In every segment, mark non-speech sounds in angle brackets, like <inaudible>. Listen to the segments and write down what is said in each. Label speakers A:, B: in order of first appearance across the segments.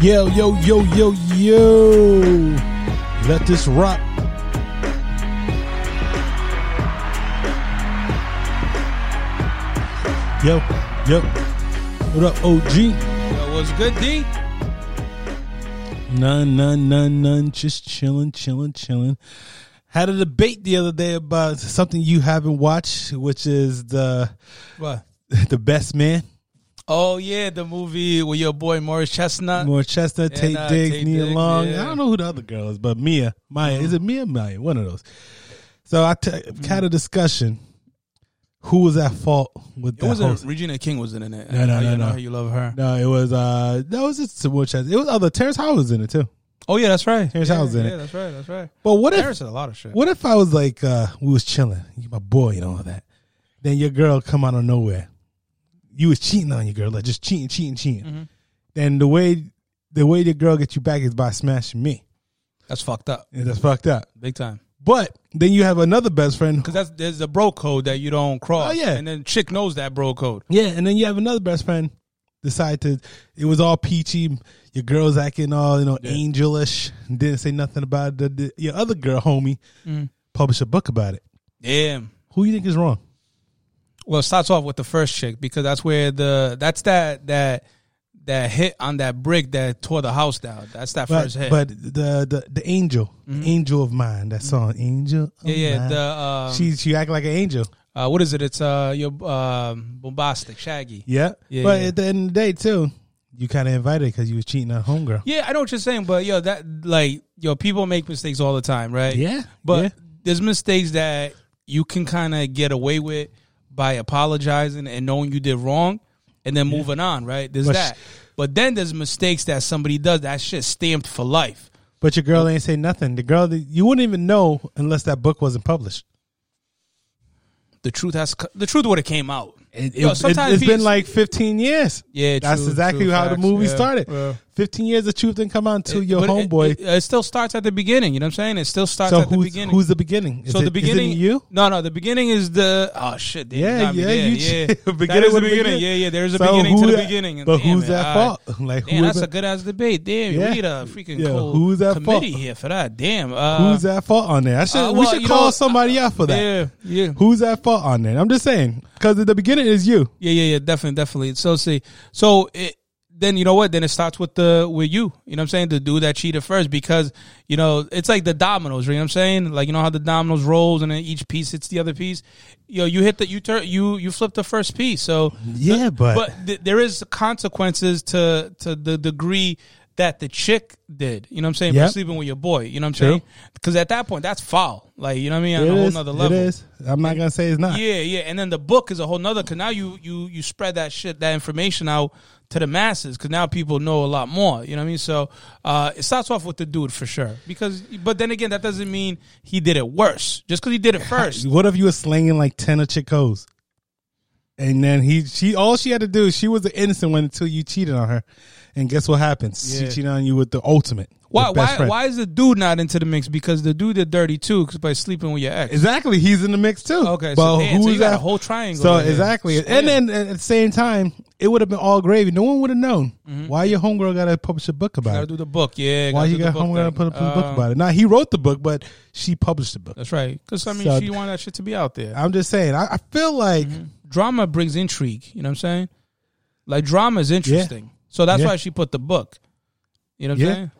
A: Yo, yo, yo, yo, yo. Let this rock. Yo, yo. What up, OG?
B: Yo, what's good, D?
A: None, none, none, none. Just chilling, chilling, chilling. Had a debate the other day about something you haven't watched, which is the <laughs>
B: What?
A: the best man.
B: Oh yeah, the movie with your boy Morris Chestnut.
A: <laughs> More Chestnut,
B: And,
A: Tate
B: uh,
A: Diggs,
B: Tate
A: Nia
B: Diggs,
A: Long.
B: yeah.
A: I don't know who the other girl is, but Mia, Maya. Is it Mia, Maya? One of those. So I t-
B: Mm-hmm.
A: had a discussion. Who was at fault with
B: It
A: that? whole-
B: wasn't Regina King wasn't in it.
A: No, no,
B: How you
A: no,
B: know
A: no.
B: how You love her.
A: <laughs> no, it was uh, that was just more Chestnut. It was other Terrence Howard was in it too.
B: Oh yeah, that's right.
A: Terrence
B: yeah,
A: Howard's in
B: yeah,
A: it.
B: that's right. That's right.
A: But what if
B: Terrence did a lot of shit.
A: what if I was like uh, we was chilling, you my boy and all that, then your girl come out of nowhere, you was cheating on your girl, like just cheating, cheating, cheating.
B: Mm-hmm.
A: Then the way the way the girl gets you back is by smashing me.
B: That's fucked up,
A: And that's fucked up.
B: big time.
A: But then you have another best friend.
B: Because that's there's a bro code that you don't
A: Oh,
B: cross.
A: yeah.
B: and then chick knows that bro code.
A: Yeah, and then you have another best friend decide to it was all peachy. Your girl's acting all, you know, angelish. And didn't say nothing about it. The- the- your other girl, homie,
B: Mm.
A: published a book about it.
B: Yeah.
A: Who you think is wrong?
B: Well, it starts off with the first chick because that's where the that's that that that hit on that brick that tore the house down. That's that
A: But,
B: first hit.
A: but the, the the angel, the angel of mine, that song, angel. Of
B: yeah, yeah.
A: Mine.
B: The um,
A: she she act like an angel.
B: uh, what is it? It's uh your um, bombastic shaggy.
A: Yeah,
B: Yeah,
A: but
B: yeah.
A: at the end of the day, too, you kind of invited because you was cheating on homegirl.
B: Yeah, I know what you're saying, but yo, that like yo, people make mistakes all the time, right?
A: Yeah,
B: but
A: yeah.
B: there's mistakes that you can kind of get away with by apologizing and knowing you did wrong, and then moving on, right? There's
A: But sh-
B: that, but then there's mistakes that somebody does that shit stamped for life.
A: But your girl ain't say nothing. The girl that you wouldn't even know unless that book wasn't published.
B: The truth has co- the truth would have came out.
A: It,
B: Yo, sometimes
A: has been
B: peace-
A: like 15 years.
B: Yeah,
A: That's
B: true,
A: exactly
B: true
A: how the
B: facts,
A: movie
B: yeah,
A: started.
B: yeah.
A: 15 years the truth didn't come out until your
B: But it-
A: homeboy.
B: It, it still starts at the beginning. You know what I'm saying? It still starts
A: so
B: at the
A: who's
B: beginning.
A: who's the beginning? Is
B: so
A: it-
B: the
A: is it
B: beginning,
A: you.
B: No, no, the beginning is the oh shit. Damn,
A: Yeah,
B: you got me
A: yeah,
B: there.
A: you-
B: yeah.
A: beginning
B: that is the
A: with <laughs> the
B: beginning.
A: beginning.
B: Yeah, yeah. There is a
A: So
B: beginning
A: who
B: to the
A: that-
B: beginning. And
A: but
B: damn
A: who's
B: it,
A: at
B: all right.
A: fault? Like,
B: Damn,
A: who
B: that's
A: is
B: a
A: at-
B: good ass debate. Damn,
A: Yeah.
B: we need a freaking
A: Yeah,
B: cool
A: who's at fault?
B: committee here for that. Damn, uh,
A: Who's at fault on there? I should,
B: uh,
A: we
B: well,
A: should
B: you
A: call
B: know, uh,
A: somebody out for that.
B: Yeah, yeah.
A: Who's at fault on that? I'm just saying because at the beginning is you.
B: Yeah, yeah, yeah, definitely, definitely. So see, so it, then you know what? Then it starts with the with you. You know what I'm saying? The dude that cheated first because you know it's like the dominoes. You know what I'm saying? Like you know how the dominoes rolls and then each piece hits the other piece. Yo, you hit the you turn you you flip the first piece. So
A: Yeah, but-
B: but th- there is consequences to to the degree that the chick did. You know what I'm saying?
A: Yep.
B: For sleeping with your boy. You know what I'm
A: True.
B: saying? Because at that point, that's foul. Like you know what I mean? On
A: It
B: a whole
A: is.
B: nother
A: It
B: level.
A: is. I'm not gonna say it's not.
B: Yeah, yeah, and then the book is a whole nother. Cause now you you you spread that shit, that information out to the masses. Cause now people know a lot more. You know what I mean? So uh, it starts off with the dude for sure. Because but then again, that doesn't mean he did it worse. Just cause he did it first.
A: What if <laughs> you were slinging like ten of Chico's, and then he she all she had to do she was the innocent one until you cheated on her, and guess what happens? She
B: Yeah.
A: cheated on you with the ultimate. the
B: Why
A: best
B: why
A: friend.
B: why is the dude not into the mix? Because the dude did dirty too. 'cause by sleeping with your ex.
A: Exactly, he's in the mix too.
B: Okay, so damn, so you got a whole triangle
A: So
B: right here.
A: exactly,
B: Square.
A: and then at the same time, it would have been all gravy. No one would have known why your homegirl got to publish a book about
B: Mm-hmm. Gotta
A: it.
B: do the book, yeah.
A: why
B: gotta
A: you
B: do the
A: got
B: book
A: homegirl to
B: thing.
A: put up a book
B: Um,
A: about it? Now he wrote the book, but she published the book.
B: That's right. Because I mean,
A: So-
B: she wanted that shit to be out there.
A: I'm just saying. I, I feel like
B: Mm-hmm. drama brings intrigue. You know what I'm saying? Like drama is interesting. So that's
A: Yeah.
B: why she put the book. You know what
A: Yeah.
B: I'm saying?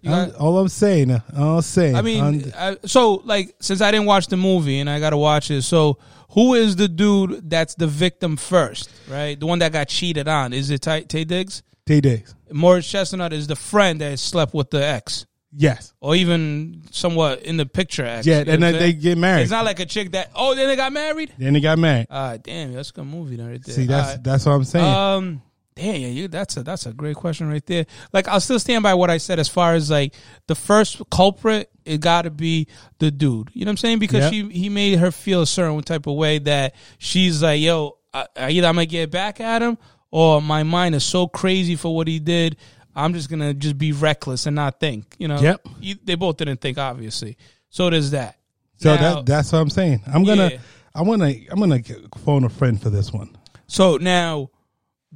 B: You
A: I'm-
B: got-
A: all I'm saying. uh, All I'm saying.
B: I mean, uh,
A: I'm-
B: I, so like since I didn't watch the movie and I got to watch it, so who is the dude that's the victim first, right? The one that got cheated on is it Tay, Tay Diggs?
A: Tay Diggs.
B: Morris Chestnut is the friend that slept with the ex,
A: Yes.
B: or even somewhat in the picture ex.
A: Yeah,
B: you know
A: and
B: what
A: then
B: I'm
A: they
B: saying?
A: get married.
B: It's not like a chick that oh then they got married.
A: then they got married.
B: Ah, damn, that's a good movie, though, right there. Ah,
A: See, that's
B: All right.
A: that's what I'm saying.
B: Um, damn, yeah, you, that's a that's a great question right there. Like, I'll still stand by what I said as far as like the first culprit. It got to be the dude. You know what I'm saying? Because
A: Yeah.
B: she he made her feel a certain type of way that she's like, yo. I- I, I- either I'm gonna get back at him or my mind is so crazy for what he did. I'm just gonna just be reckless and not think. You know.
A: Yep.
B: You- they both didn't think, obviously. So there's that.
A: So
B: Now-
A: that that's what I'm saying. I'm gonna
B: Yeah.
A: I'm gonna I'm gonna g- phone a friend for this one.
B: So now,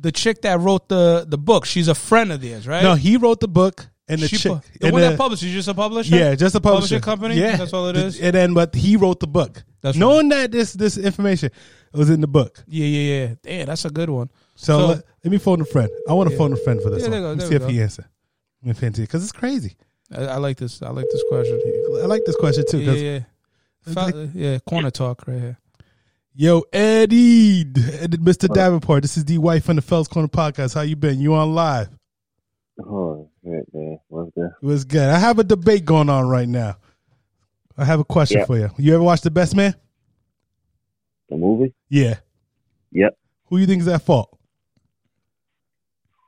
B: the chick that wrote the the book, she's a friend of theirs, right?
A: No, he wrote the book and the
B: She
A: chick.
B: pu- the
A: and
B: one
A: the-
B: that publishes, just a publisher.
A: yeah, just a publisher,
B: company.
A: Yeah,
B: that's all it
A: The-
B: is.
A: And then, but he wrote the book,
B: That's
A: knowing that this this information was in the book.
B: yeah, yeah, yeah. Yeah, that's a good one.
A: So,
B: So-
A: let, let me phone a friend. I want to phone a friend for this
B: Yeah,
A: one.
B: there you go,
A: Let me
B: there
A: see if
B: we
A: he answer. Because it's crazy.
B: I, I like this. I like this question.
A: I like this question too.
B: Yeah,
A: Because
B: yeah, yeah. Fa- uh, yeah. Corner talk right here.
A: yo, Eddie, Ed- Mr. Davenport, this is D White from the Fells Corner Podcast. How you been? You on live?
C: Oh shit, man. What's that?
A: It was good. I have a debate going on right now. I have a question
C: Yeah.
A: for you. You ever watch The Best Man?
C: The movie?
A: Yeah.
C: Yep.
A: Who you think is at fault?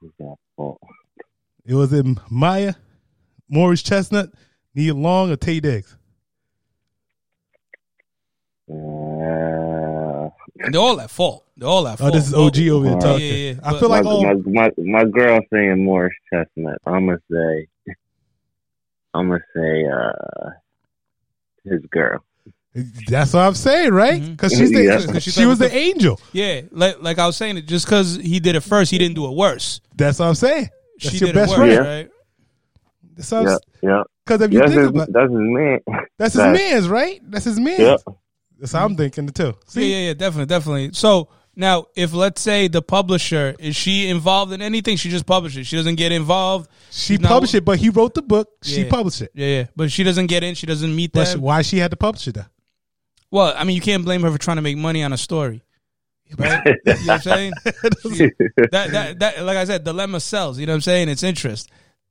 C: Who's that? Oh,
A: It was in Maya, Maurice Chestnut, Neil Long, or Tay Diggs.
C: uh,
B: They're all at fault. They're all at
A: Oh,
B: fault.
A: this is OG over here
C: Yeah,
A: talking.
B: yeah, yeah.
A: I
B: But-
A: feel
C: my,
A: like oh. all
C: my my my girl saying Morris Chestnut. I'ma say <laughs> I'ma say uh his girl.
A: that's what I'm saying, right?
B: Mhm.
A: Because she's the,
C: Yeah.
B: 'Cause she's
A: she was
B: like,
A: the angel.
B: Yeah, like like I was saying, it just because he did it first, he didn't do it worse.
A: That's what I'm saying. That's
B: she
A: your
B: did it
A: best
B: worse,
A: friend.
C: Yeah.
B: right?
A: That's what I'm
C: Yeah,
A: s-
C: yeah.
A: Cause if you
C: That's
A: think
C: his,
A: about
C: that's his man.
A: that's his
C: that-
A: man's right. That's his man's.
C: Yeah.
A: That's how I'm thinking too. See,
B: Yeah, yeah, yeah, definitely, definitely. So now, if let's say the publisher is she involved in anything, she just publishes. She doesn't get involved.
A: she
B: She's not-
A: published it, but he wrote the book. She
B: Yeah.
A: published it.
B: Yeah, yeah, but she doesn't get in. She doesn't meet
A: That's
B: that.
A: why she had to publish it. Though.
B: Well, I mean, you can't blame her for trying to make money on a story, <laughs>
A: <laughs>
B: right? you know what I'm saying? She- that, that, that, like I said, dilemma sells. You know what I'm saying? It's interest.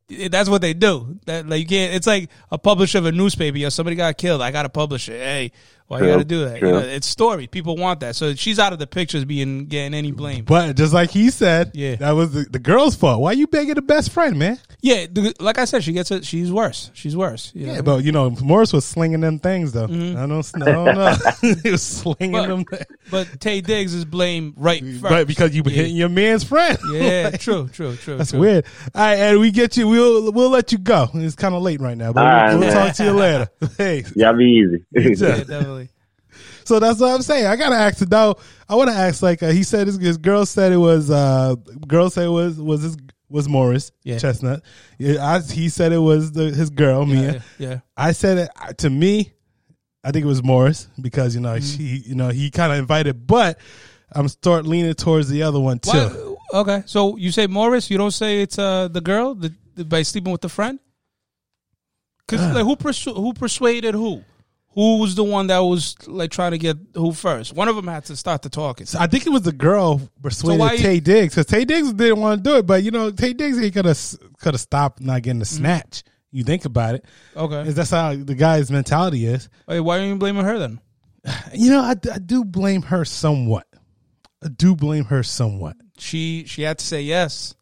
B: It- That's what they do. That like you can't. It's like a publisher of a newspaper. Yo, somebody got killed. I got to publish it. Hey, why you
C: True,
B: got to do that? You
C: true.
B: know, it's story. People want that. So she's out of the pictures being getting any blame.
A: But just like he said,
B: Yeah.
A: that was the, the girl's fault. Why you begging the best friend, man?
B: Yeah, th- like I said, she gets it. She's worse. She's worse. you know?
A: Yeah, but you know, Morris was slinging them things though. I don't, I don't know. <laughs> he was slinging
B: Mm-hmm. But-
A: them, th-
B: but Tay Diggs is blamed right first.
A: right? Because you were
B: Yeah.
A: hitting your man's friend.
B: Yeah, true, true,
A: <laughs>
B: true.
A: That's
B: true.
A: weird. All right, and we get you. We'll we'll let you go. It's kind of late right now, but
C: All
A: we'll,
C: right,
A: we'll
C: man.
A: talk to you
C: <laughs>
A: later. <laughs> Hey,
C: <laughs> Y'all be easy.
B: Yeah, definitely.
A: so that's what I'm saying. I gotta ask it though. I want to ask like uh, he said. His, his girl said it was. Uh, girl said it was was his was Morris
B: Yeah.
A: Chestnut. Yeah, I, he said it was the, his girl Mia.
B: Yeah, yeah.
A: I said it I- to me. I think it was Morris because you know
B: Mm-hmm.
A: she, you know he kind of invited, but I'm start leaning towards the other one too.
B: Why- okay, so you say Morris. You don't say it's uh, the girl the, the- by sleeping with the friend. Because like who persu- who persuaded who? Who was the one that was like trying to get who first? One of them had to start the talking.
A: So I think it was the girl persuaded
B: why you-
A: Tay Diggs because Tay Diggs didn't want to do it, but you know Tay Diggs he could have could have stopped not getting
B: Mm-hmm.
A: the snatch. You think about it,
B: Okay,
A: 'Cause that's how the guy's mentality is.
B: Hey, why are you blaming her then?
A: You know, I, d- I do blame her somewhat. I do blame her somewhat.
B: She she had to say yes.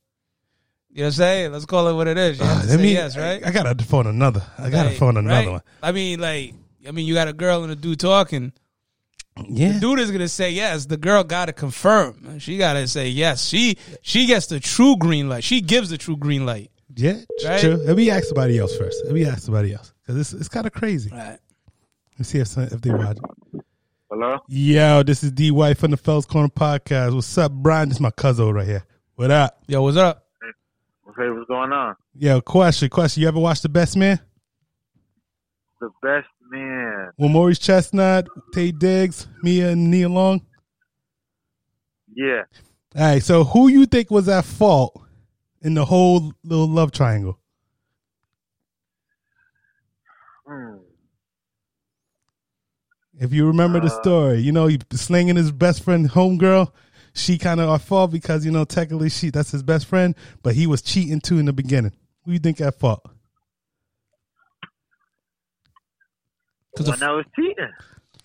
B: You know what I'm saying? Let's call it what it is. She had
A: Uh,
B: to
A: let
B: say
A: me-
B: yes, right?
A: I, I gotta phone another. I gotta
B: Like,
A: phone another
B: right? I mean, like, I mean, you got a girl and a dude talking.
A: one. Yeah,
B: Dude is gonna say yes. The girl got to confirm. She got to say yes. She she gets the true green light. She gives the true green light.
A: Yeah, tr-
B: Right?
A: true. Let me ask somebody else first. Let me ask somebody else because it's it's kind of crazy.
B: Right.
A: Let's see if some, if they watch. it.
C: <laughs> Hello?
A: Yo, this is D White from the Fells Corner Podcast. What's up, Brian? This is my cousin right here. What up?
B: Yo, what's up?
C: Hey, what's going on?
A: Yo, question, question. You ever watched The Best Man?
C: The best man.
A: With Maurice Chestnut, Tay Diggs, Mia, and Neil Long.
C: Yeah.
A: All right, so who you think was at fault in the whole little love triangle?
C: Mm.
A: If you remember the story, you know, he slinging his best friend homegirl. She kind of at fault because, you know, technically she that's his best friend, but he was cheating too in the beginning. Who you think at fault?
B: Because the,
C: I was cheating.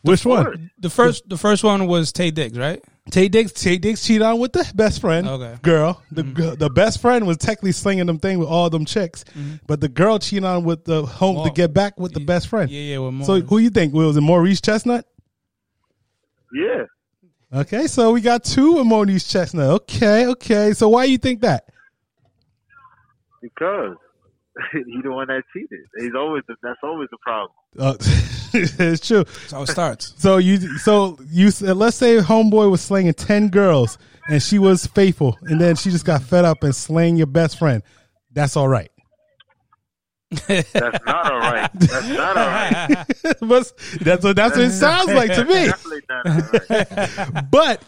A: Which one?
B: the first the first one was Tay Diggs, right?
A: Tay Diggs, Tay Diggs cheated on with the best friend
B: Okay. Mm-hmm.
A: girl. The gir- the best friend was technically slinging them thing with all them chicks, but the girl cheated on with the home to
B: Mm-hmm. Well,
A: get back with the best friend.
B: Yeah, yeah. With more.
A: So who you think? Was it Maurice Chestnut?
C: Yeah.
A: Okay, so we got two with Moni's Chestnut. Okay, okay. So why you think that?
C: Because <laughs> he the one that cheated. He's always the, that's always the problem.
A: Uh, <laughs> it's true.
B: That's how it starts.
A: So you so you said let's say homeboy was slinging ten girls and she was faithful and then she just got fed up and slaying your best friend. That's all right. <laughs>
C: That's not all right. That's not all right.
A: but that's what that's what it sounds like to me.
C: Definitely not all right.
A: But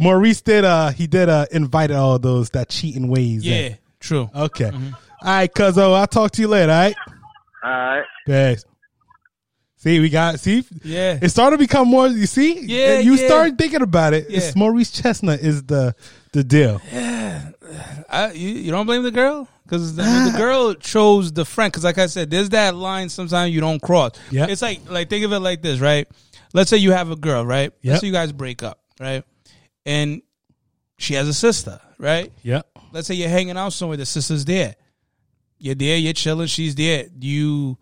A: Maurice did uh he did uh invited all those that cheating ways. in.
B: Yeah, Mm-hmm. true.
A: Okay. All right, cuzzo. I'll talk to you later. All right.
C: All right.
A: Thanks. See, we got see.
B: Yeah.
A: It started to become more. You see,
B: Yeah,
A: You
B: yeah.
A: started thinking about it. It's
B: Yeah.
A: Maurice Chestnut is the the deal.
B: I, you, you don't blame the girl because the,
A: <gasps>
B: the girl chose the friend. Because like I said, there's that line sometimes you don't cross.
A: Yeah.
B: it's like like think of it like this, right? Let's say you have a girl, right?
A: Yeah.
B: Let's say you guys break up, right? And she has a sister, right?
A: Yeah.
B: Let's say you're hanging out somewhere, the sister's there. You're there, you're chilling, she's there. Do you,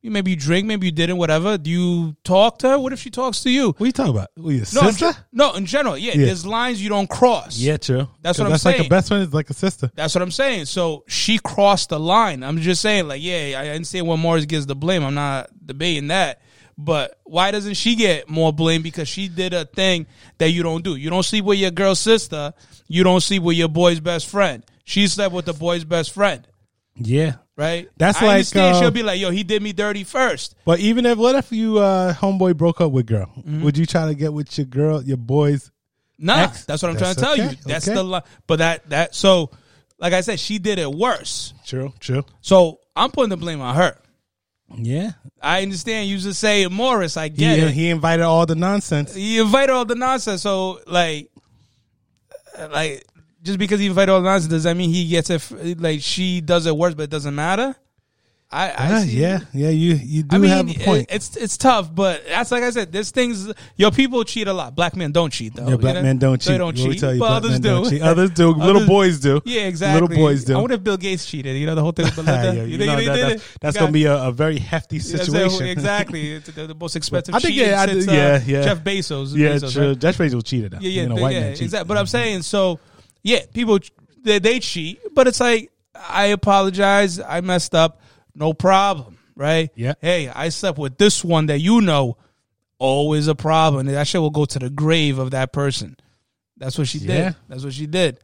B: you maybe you drink, maybe you didn't, whatever. Do you talk to her? What if she talks to you?
A: What are you talking about? What, your
B: No, in
A: sister?
B: gen- no, in general, yeah,
A: Yeah.
B: There's lines you don't cross.
A: true.
B: That's what I'm
A: that's like
B: saying.
A: a best friend is like a sister.
B: That's what I'm saying. So she crossed the line. I'm just saying, like, yeah, I understand why Morris gets the blame. I'm not debating that. But why doesn't she get more blame? Because she did a thing that you don't do. You don't sleep with your girl's sister. You don't sleep with your boy's best friend. She slept with the boy's best friend,
A: Yeah.
B: right?
A: That's
B: I
A: like,
B: understand
A: uh,
B: she'll be like, yo, he did me dirty first.
A: But even if what if you uh homeboy broke up with girl?
B: Mm-hmm.
A: Would you try to get with your girl, your boys?
B: Nah,
A: Ex-
B: that's what I'm
A: that's
B: trying to tell
A: okay,
B: you. That's
A: okay.
B: the line. But that that so, like I said, she did it worse.
A: True. True.
B: So I'm putting the blame on her.
A: Yeah.
B: I understand you just say Morris. I
A: Yeah.
B: get
A: He,
B: it.
A: he invited all the nonsense.
B: he invited all the nonsense. So like, uh, like just because he invited all the nonsense, does that mean he gets it? f- Like she does it worse, but it doesn't matter. I, I
A: Ah,
B: see.
A: yeah. Yeah. You you do
B: I mean,
A: have a point.
B: it- it's it's tough, but that's like I said. There's things your people cheat a lot. Black men don't cheat though.
A: Yeah, black
B: you know?
A: men don't cheat.
B: They don't
A: What we
B: cheat,
A: tell you,
B: but
A: black
B: others
A: men
B: do.
A: don't cheat. Others
B: <laughs>
A: do. Little boys do.
B: Yeah, exactly.
A: Little boys do. Ah,
B: I
A: <laughs>
B: wonder if Bill Gates cheated. You know the whole thing with
A: Yeah,
B: Belinda.
A: you
B: think
A: know,
B: he
A: that-
B: did
A: that's
B: it?
A: that's
B: Got-
A: gonna be a, a very hefty
B: <laughs> that's it,
A: situation. <laughs>
B: exactly. It's the, the most expensive.
A: I think,
B: cheat
A: yeah, I
B: since, uh,
A: do- yeah, yeah.
B: Jeff Bezos.
A: Yeah,
B: Bezos,
A: true.
B: right?
A: That's Rachel cheated. Though.
B: Yeah, yeah,
A: you know,
B: they-
A: white
B: yeah,
A: man cheated.
B: exactly. But I'm saying, so yeah, people ch- they, they cheat, but it's like I apologize, I messed up, no problem, right?
A: Yeah.
B: Hey, I slept with this one that you know, always a problem. That shit will go to the grave of that person. That's what she
A: Yeah.
B: did. That's what she did.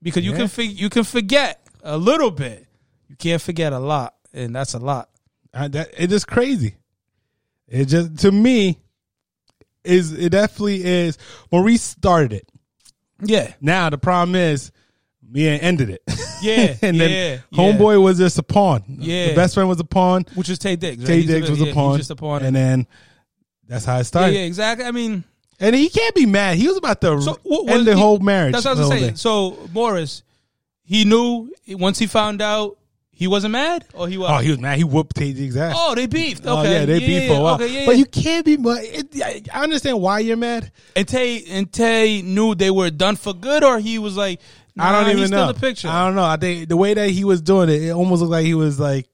B: Because you
A: Yeah.
B: can fig- you can forget a little bit, you can't forget a lot, and that's a lot.
A: I, that, it is crazy. It just to me is it definitely is. Maurice started it.
B: Yeah,
A: Now the problem is me and ended it.
B: Yeah,
A: <laughs> and
B: yeah,
A: then homeboy was just a pawn.
B: Yeah.
A: the best friend was a pawn.
B: which is Tay Diggs. Right?
A: Tay
B: He's a
A: Diggs
B: bit-
A: was
B: yeah,
A: a
B: he's
A: pawn.
B: just a pawn.
A: and then that's how it
B: yeah,
A: started.
B: yeah, exactly. I mean.
A: And he can't be mad. He was about to
B: So, what was
A: end the
B: he-
A: whole marriage.
B: That's what I
A: the
B: was
A: whole
B: saying.
A: thing.
B: So Morris, he knew once he found out he wasn't mad, or he was.
A: Oh, he was mad. He whooped Tay Diggs' ass.
B: Oh, they beefed. Okay,
A: Oh, yeah, they beat for a while.
B: okay, yeah,
A: But
B: yeah.
A: you can't be. mu- It, I- I understand why you're mad.
B: and Tay and Tay knew they were done for good, or he was like,
A: I
B: nah,
A: don't even
B: he's
A: know.
B: Still in the picture.
A: I don't know. I think the way that he was doing it, it almost looked like he was like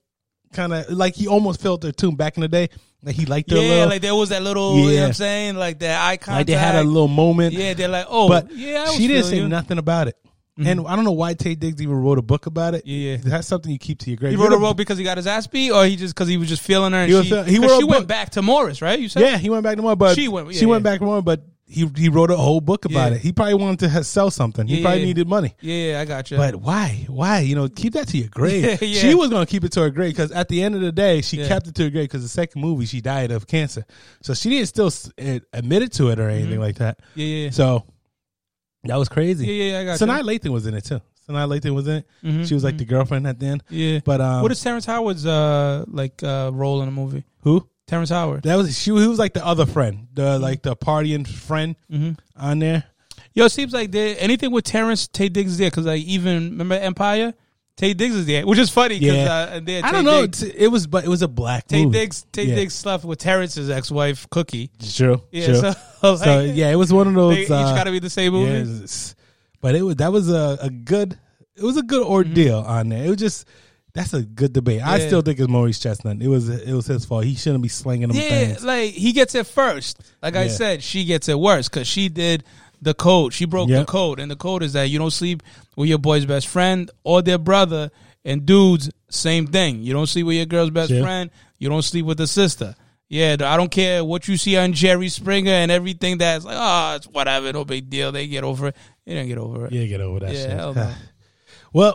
A: kind of like he almost felt their tune back in the day. Like he liked
B: yeah,
A: their little,
B: like there was that little. You know
A: Yeah.
B: what I'm saying like that eye contact.
A: like they had a little moment.
B: Yeah, they're like, oh,
A: but
B: yeah. I was
A: she didn't
B: feeling
A: say
B: you. Mm-hmm.
A: nothing about it. And I don't know why Tay Diggs even wrote a book about it.
B: Yeah, yeah.
A: that's something you keep to your grave.
B: He
A: You're
B: wrote a
A: the-
B: book because he got his ass beat, or he just because he was just feeling her. And
A: He was
B: she,
A: feel- he
B: 'cause
A: wrote a
B: she went
A: book.
B: back to Morris, right? You said,
A: Yeah, he went back to more, but
B: She went- yeah,
A: she went
B: yeah.
A: back to more, but he he wrote a whole book about
B: Yeah.
A: it. He probably wanted to ha- sell something. He
B: Yeah,
A: probably
B: yeah.
A: needed money.
B: yeah, yeah, I got you.
A: But why? Why? You know, keep that to your grave.
B: <laughs> Yeah, yeah.
A: She was going to keep it to her grave because at the end of the day, she
B: Yeah.
A: kept it to her grave because the second movie, she died of cancer. So she didn't still s- eh, admit it to it or anything like that.
B: yeah, Mm-hmm. yeah, yeah.
A: So that was crazy.
B: yeah, yeah, I got
A: Sanaa Lathan was in it too. Sanaa Lathan was in it.
B: you. Mhm.
A: She was like the girlfriend at the end.
B: Yeah.
A: But um,
B: what is Terrence Howard's uh like uh role in the movie?
A: who?
B: Terrence Howard.
A: That was she. He was like the other friend, the
B: Mm-hmm.
A: like the partying friend on there.
B: Yo, it seems like there anything with Terrence Tay Diggs is there because like even remember Empire, Tay Diggs is there, which is funny because
A: Yeah.
B: uh, and there,
A: I
B: Tay
A: don't know.
B: Diggs-
A: It's- It was, but it was a black
B: Tay
A: movie.
B: Diggs, Tay
A: Yeah.
B: Diggs slept with Terrence's ex-wife Cookie.
A: True.
B: Yeah,
A: true.
B: so, <laughs>
A: So,
B: like,
A: yeah, it was one of those.
B: they each
A: uh,
B: got to be the same movie.
A: Yeah, it's- but it was that was a, a good it was a good ordeal on there. It was just That's a good debate. I
B: Mm-hmm. Yeah.
A: still think it's Maurice Chestnut. It was it was his fault. He shouldn't be slinging them
B: Yeah,
A: things.
B: like he gets it first. Like I
A: Yeah.
B: said, she gets it worse because she did the code. She broke the
A: Yep.
B: code, and the code is that you don't sleep with your boy's best friend or their brother. And dudes, same thing. You don't sleep with your girl's best
A: Yeah.
B: friend. You don't sleep with the sister. Yeah, I don't care what you see on Jerry Springer and everything. That's like, oh, it's whatever. No big deal. They get over it. They didn't get over it.
A: Yeah, get over that
B: Yeah,
A: shit. <laughs>
B: hell no.
A: well,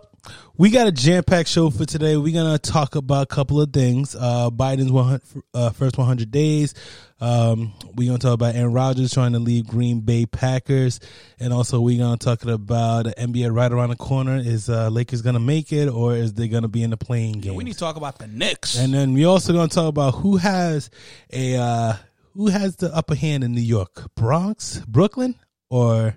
A: we got a jam packed show for today. We're gonna talk about a couple of things. Uh, Biden's 100, uh, first 100 days. Um, we're gonna talk about Aaron Rodgers trying to leave Green Bay Packers, and also we're gonna talk about the NBA right around the corner. Is uh, Lakers gonna make it, or is they gonna be in the playing game?
B: We need to talk about the Knicks.
A: And then we also going to talk about who has a uh, who has the upper hand in New York, Bronx, Brooklyn, or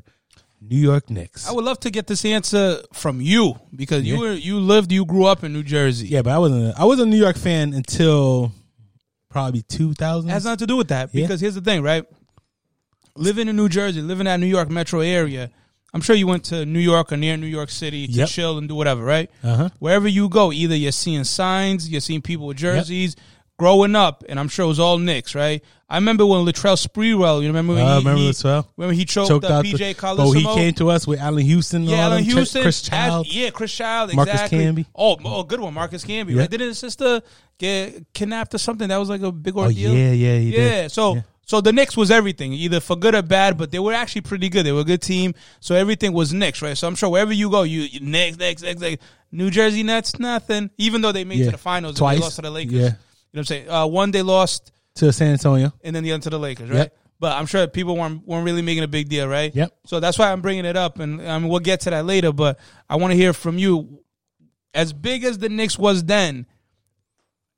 A: New York Knicks.
B: I would love to get this answer from you because you
A: Yeah.
B: were, you lived, you grew up in New Jersey.
A: yeah, but I wasn't. A, I was a New York fan until probably two thousand.
B: It has nothing to do with that
A: Yeah.
B: because here's the thing, right? Living in New Jersey, living that New York metro area, I'm sure you went to New York or near New York City to
A: Yep.
B: chill and do whatever, right?
A: Uh-huh.
B: Wherever you go, either you're seeing signs, you're seeing people with jerseys. Growing up, and I'm sure it was all Knicks, right? I remember when Latrell Sprewell, you remember when
A: Uh,
B: he,
A: remember
B: he,
A: Latrell?
B: remember he choked,
A: Choked
B: up
A: out
B: PJ
A: the,
B: Collisimo?
A: Oh, he came to us with Allen Houston. and
B: Yeah,
A: all
B: Allen
A: them, Ch-
B: Houston,
A: Chris
B: as-
A: Child.
B: yeah, Chris Child,
A: Marcus
B: exactly.
A: Camby.
B: Oh, oh, good one, Marcus Camby.
A: Yeah.
B: Right? Didn't his sister get kidnapped or something? That was like a big
A: oh
B: ordeal.
A: yeah, yeah, he
B: yeah.
A: did.
B: So, so the Knicks was everything, either for good or bad. But they were actually pretty good. They were a good team. So everything was Knicks, right? So I'm sure wherever you go, you, you Knicks, Knicks, Knicks, Knicks. New Jersey Nets, nothing. Even though they made it
A: Yeah.
B: to the finals,
A: Twice.
B: and they lost to the Lakers.
A: Yeah.
B: You know what I'm saying? Uh, one they lost
A: To San Antonio.
B: and then the end to the Lakers, right?
A: Yep.
B: But I'm sure people weren't, weren't really making a big deal, right?
A: Yep.
B: So that's why I'm bringing it up, and I mean, we'll get to that later. But I want to hear from you. As big as the Knicks was then,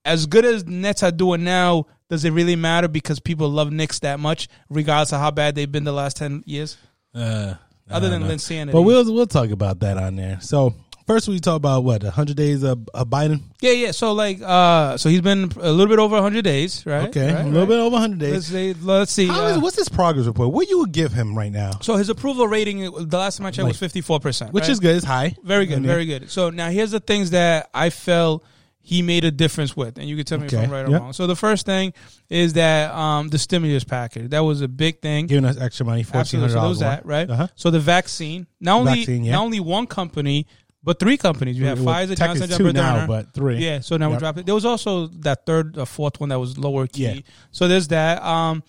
B: as good as the Nets are doing now, does it really matter because people love Knicks that much, regardless of how bad they've been the last ten years?
A: Uh, I
B: Other
A: don't
B: than
A: know.
B: Lynn Sanity,
A: But we'll we'll talk about that on there. So first we talk about what hundred days of, of Biden.
B: yeah, yeah. So like, uh, so he's been a little bit over hundred days, right?
A: Okay,
B: Right,
A: a little
B: right.
A: bit over hundred days.
B: Let's, see- let's see.
A: How
B: uh,
A: is, what's his progress report? What you would give him right now?
B: so his approval rating, the last time I checked, was
A: Like-
B: fifty four percent,
A: Which is good. It's high.
B: Very good,
A: I mean,
B: very good. So now here's the things that I felt he made a difference with, and you can tell me if
A: Okay,
B: I'm right or
A: yeah.
B: wrong. So the first thing is that um, the stimulus package that was a big thing.
A: Giving us extra money, fourteen hundred
B: Absolutely, so there
A: dollars.
B: was that right.
A: Uh-huh.
B: So the vaccine, not only
A: Vaccine, yeah.
B: not only one company, but three companies. You have
A: Well,
B: Pfizer,
A: technically
B: Johnson,
A: it's
B: Johnson,
A: two now,
B: Moderna.
A: but three.
B: Yeah, so now we
A: Yep.
B: dropped it. There was also that third or fourth one that was lower key.
A: Yeah.
B: So there's that. Um,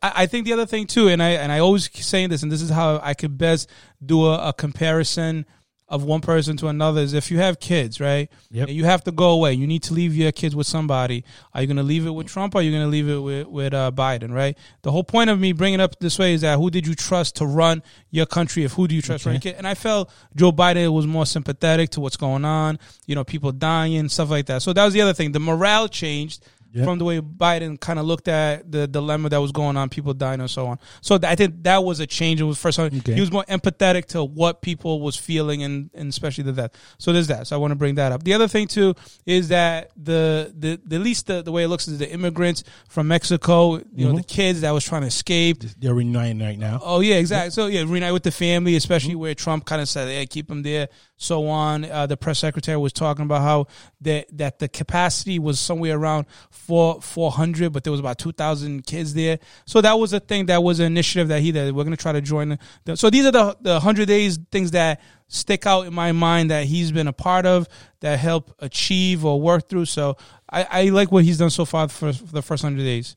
B: I, I think the other thing too, and I and I always keep saying this, and this is how I could best do a, a comparison of one person to another is if you have kids, right?
A: Yep.
B: and You have to go away. You need to leave your kids with somebody. Are you going to leave it with Trump? Or are you going to leave it with with uh, Biden? Right. The whole point of me bringing up this way is that who did you trust to run your country? If who do you trust running your kid? And I felt Joe Biden was more sympathetic to what's going on. You know, people dying, stuff like that. So that was the other thing. The morale changed
A: Yep.
B: from the way Biden kind of looked at the dilemma that was going on, people dying and so on. So th- I think that was a change. It was the first time
A: Okay.
B: he was more empathetic to what people was feeling and, and especially the death. So there's that. So I want to bring that up. The other thing too is that the the, the at least the, the way it looks is the immigrants from Mexico, you know, the kids that was trying to escape.
A: They're reuniting right now.
B: Oh yeah, Mm-hmm. exactly. So yeah, reunite with the family, especially where Trump kind of said, "Yeah, keep them there." So on. Uh, the press secretary was talking about how that that the capacity was somewhere around four four hundred, but there was about two thousand kids there. So that was a thing. That was an initiative that he did. We're gonna try to join. The, the, so these are the the hundred days things that stick out in my mind that he's been a part of that help achieve or work through. So I, I like what he's done so far for, for the first hundred days.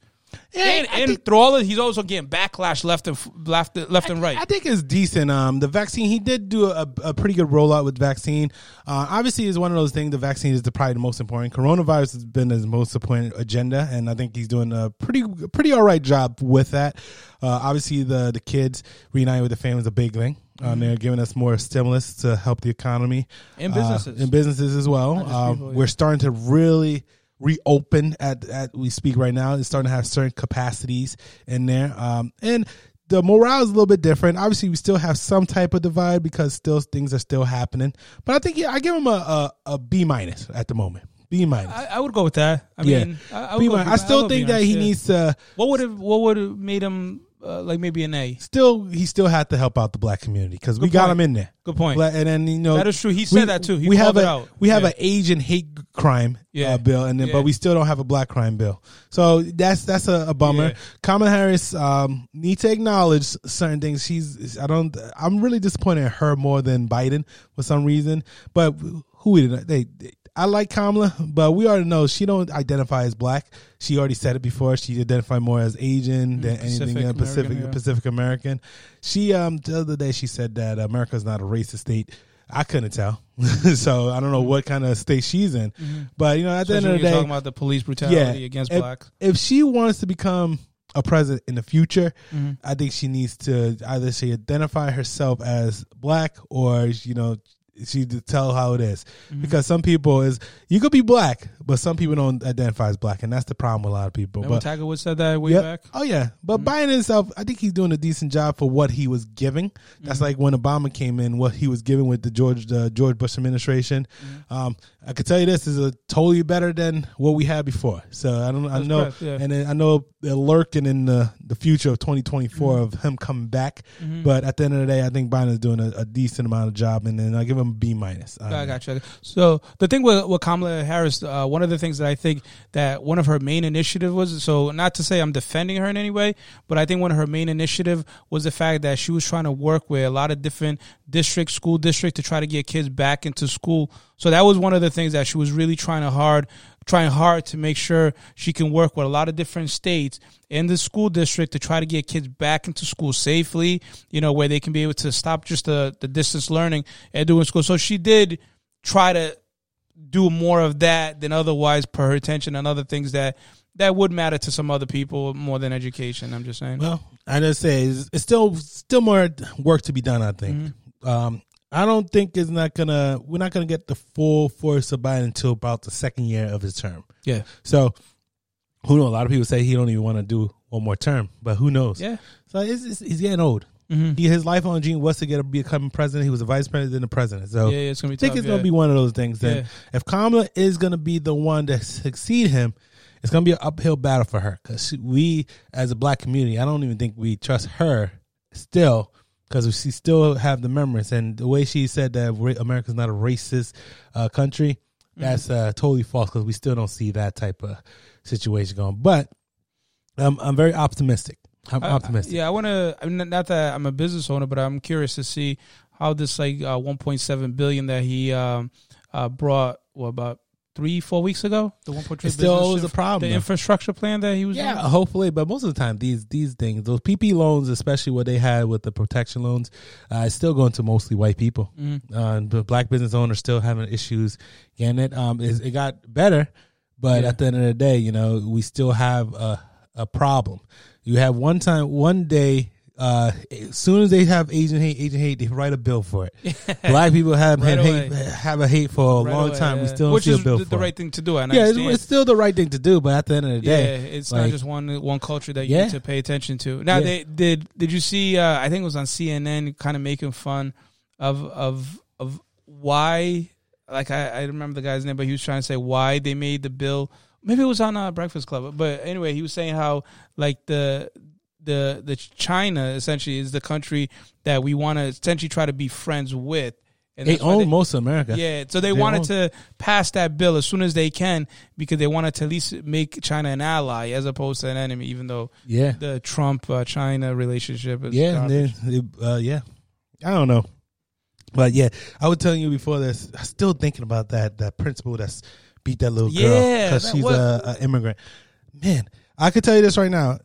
B: And,
A: I
B: and
A: think-
B: through all of, he's also getting backlash left and f- left, left and right.
A: I think it's decent. Um, the vaccine, he did do a, a pretty good rollout with vaccine. Uh, obviously, it's one of those things. The vaccine is the, probably the most important. Coronavirus has been his most important agenda, and I think he's doing a pretty pretty all right job with that. Uh, obviously, the the kids reuniting with the family is a big thing. Um, they're giving us more stimulus to help the economy
B: Mm-hmm. And
A: Uh,
B: businesses.
A: and businesses as well. Um,
B: people, yeah.
A: We're starting to really reopen at at we speak right now. It's starting to have certain capacities in there, um, and the morale is a little bit different. Obviously, we still have some type of divide because still things are still happening. But I think yeah, I give him a a, a B minus at the moment. B minus.
B: I, I would go with that. I
A: yeah,
B: mean, I, I, would
A: B
B: go
A: minus.
B: with-
A: I
B: I'll
A: still
B: go
A: think
B: be
A: that he
B: honest, yeah.
A: needs to.
B: What would have What would have made him uh, like maybe an A.
A: Still, he still had to help out the black community because we
B: Good
A: got
B: point.
A: him in there.
B: Good point.
A: Black- and then you know
B: That is true. He said that, too. He
A: we have
B: called
A: a
B: it out.
A: we have
B: Yeah.
A: an Asian hate crime
B: Yeah.
A: uh, bill, and then
B: Yeah.
A: but we still don't have a black crime bill. So that's that's a, a bummer.
B: Yeah.
A: Kamala Harris um, need to acknowledge certain things. She's I don't I'm really disappointed in her more than Biden for some reason. But who we didn't they. they- I like Kamala, but we already know she don't identify as black. She already said it before. She identified more as Asian than
B: Mm, Pacific
A: anything else. Pacific
B: American, yeah.
A: Pacific American. She um the other day she said that America's not a racist state. I couldn't tell, <laughs> so I don't know what kind of state she's in. But you know, at the end of
B: Especially when
A: the
B: you're talking
A: day,
B: about the police brutality
A: yeah,
B: against
A: if,
B: blacks.
A: If she wants to become a president in the future, I think she needs to either she identify herself as black or you know she to tell how it is. because some people is you could be black, but some people don't identify as black, and that's the problem with a lot of people.
B: Remember
A: but
B: Tiger Woods said that way
A: Yep.
B: back. Hmm.
A: Oh yeah, but Biden himself, I think he's doing a decent job for what he was giving. That's
B: Hmm.
A: like when Obama came in, what he was giving with the George the George Bush administration.
B: Hmm.
A: Um, I could tell you this is a totally better than what we had before. So I don't, I
B: That's
A: know,
B: correct, yeah.
A: and then I know they're lurking in the, the future of 2024
B: Hmm.
A: of him coming back. But at the end of the day, I think Biden is doing a, a decent amount of job, and then I give him a B minus. Um,
B: I got you. So the thing with, with Kamala Harris, uh, one of the things that I think that one of her main initiative was, so not to say I'm defending her in any way, but I think one of her main initiative was the fact that she was trying to work with a lot of different districts, school districts, to try to get kids back into school. So that was one of the things that she was really trying to hard, trying hard to make sure she can work with a lot of different states in the school district to try to get kids back into school safely. You know where they can be able to stop just the the distance learning and doing school. So she did try to do more of that than otherwise per her attention and other things that that would matter to some other people more than education. I'm just saying.
A: Well, I just say it's, it's still still more work to be done. I think. Um, I don't think it's not gonna. We're not gonna get the full force of Biden until about the second year of his term.
B: yeah,
A: So, who knows? A lot of people say he don't even want to do one more term, but who knows?
B: yeah,
A: So it's, it's, he's getting old. He, his life on Gene was to get become president. He was a vice president, then a president. So
B: yeah. It's gonna be.
A: I think
B: tough,
A: it's
B: yeah.
A: gonna be one of those things. Then,
B: Yeah.
A: if Kamala is gonna be the one to succeed him, it's gonna be an uphill battle for her because we, as a black community, I don't even think we trust her still because she still have the memories and the way she said that ra- America's not a racist uh, country.
B: Mm-hmm.
A: That's uh, totally false because we still don't see that type of situation going. But um, I'm very optimistic. I'm
B: I-
A: optimistic.
B: yeah, I want to. I mean, not that I'm a business owner, but I'm curious to see how this like uh, 1.7 billion that he um, uh, brought what about three, four weeks ago? The 1.3
A: It still
B: business
A: is a
B: inf-
A: problem,
B: The
A: though.
B: infrastructure plan that he was
A: Yeah, <laughs>
B: doing?
A: hopefully, but most of the time, these these things, those PP loans, especially what they had with the protection loans, uh, is still going to mostly white people.
B: Mm-hmm.
A: Uh, but black business owners still having issues getting it. Um, it's- it got better, but
B: Yeah.
A: at the end of the day, you know, we still have a a problem. You have one time, one day. Uh, as soon as they have Asian hate, Asian hate, they write a bill for
B: <laughs>
A: it. Black people have
B: Right
A: had hate,
B: away.
A: have a hate for a
B: Right
A: long
B: away,
A: time. We
B: yeah.
A: still don't
B: which
A: see a
B: is
A: bill
B: the,
A: for
B: the
A: it.
B: right thing to do. And I
A: Yeah, it's,
B: understand.
A: it's still the right thing to do, but at the end of the
B: yeah,
A: day,
B: it's not
A: like,
B: just one one culture that you
A: Yeah.
B: need to pay attention to. Now
A: Yeah.
B: they did. Did you see? Uh, I think it was on CNN, kind of making fun of of of why. Like I, I remember the guy's name, but he was trying to say why they made the bill. Maybe it was on uh, Breakfast Club, but anyway, he was saying how like the the the China essentially is the country that we want to essentially try to be friends with. And
A: They
B: that's why
A: own most of America.
B: yeah, so they,
A: They
B: wanted
A: won't.
B: to pass that bill as soon as they can because they wanted to at least make China an ally as opposed to an enemy. Even though
A: Yeah.
B: the Trump uh, China relationship is
A: yeah.
B: garbage.
A: and then, uh, yeah. I don't know. But yeah, I was telling you before this, I'm still thinking about that that principal that's beat that little girl
B: Yeah,
A: because
B: that
A: she's
B: was-
A: a, a immigrant. Man, I could tell you this right now.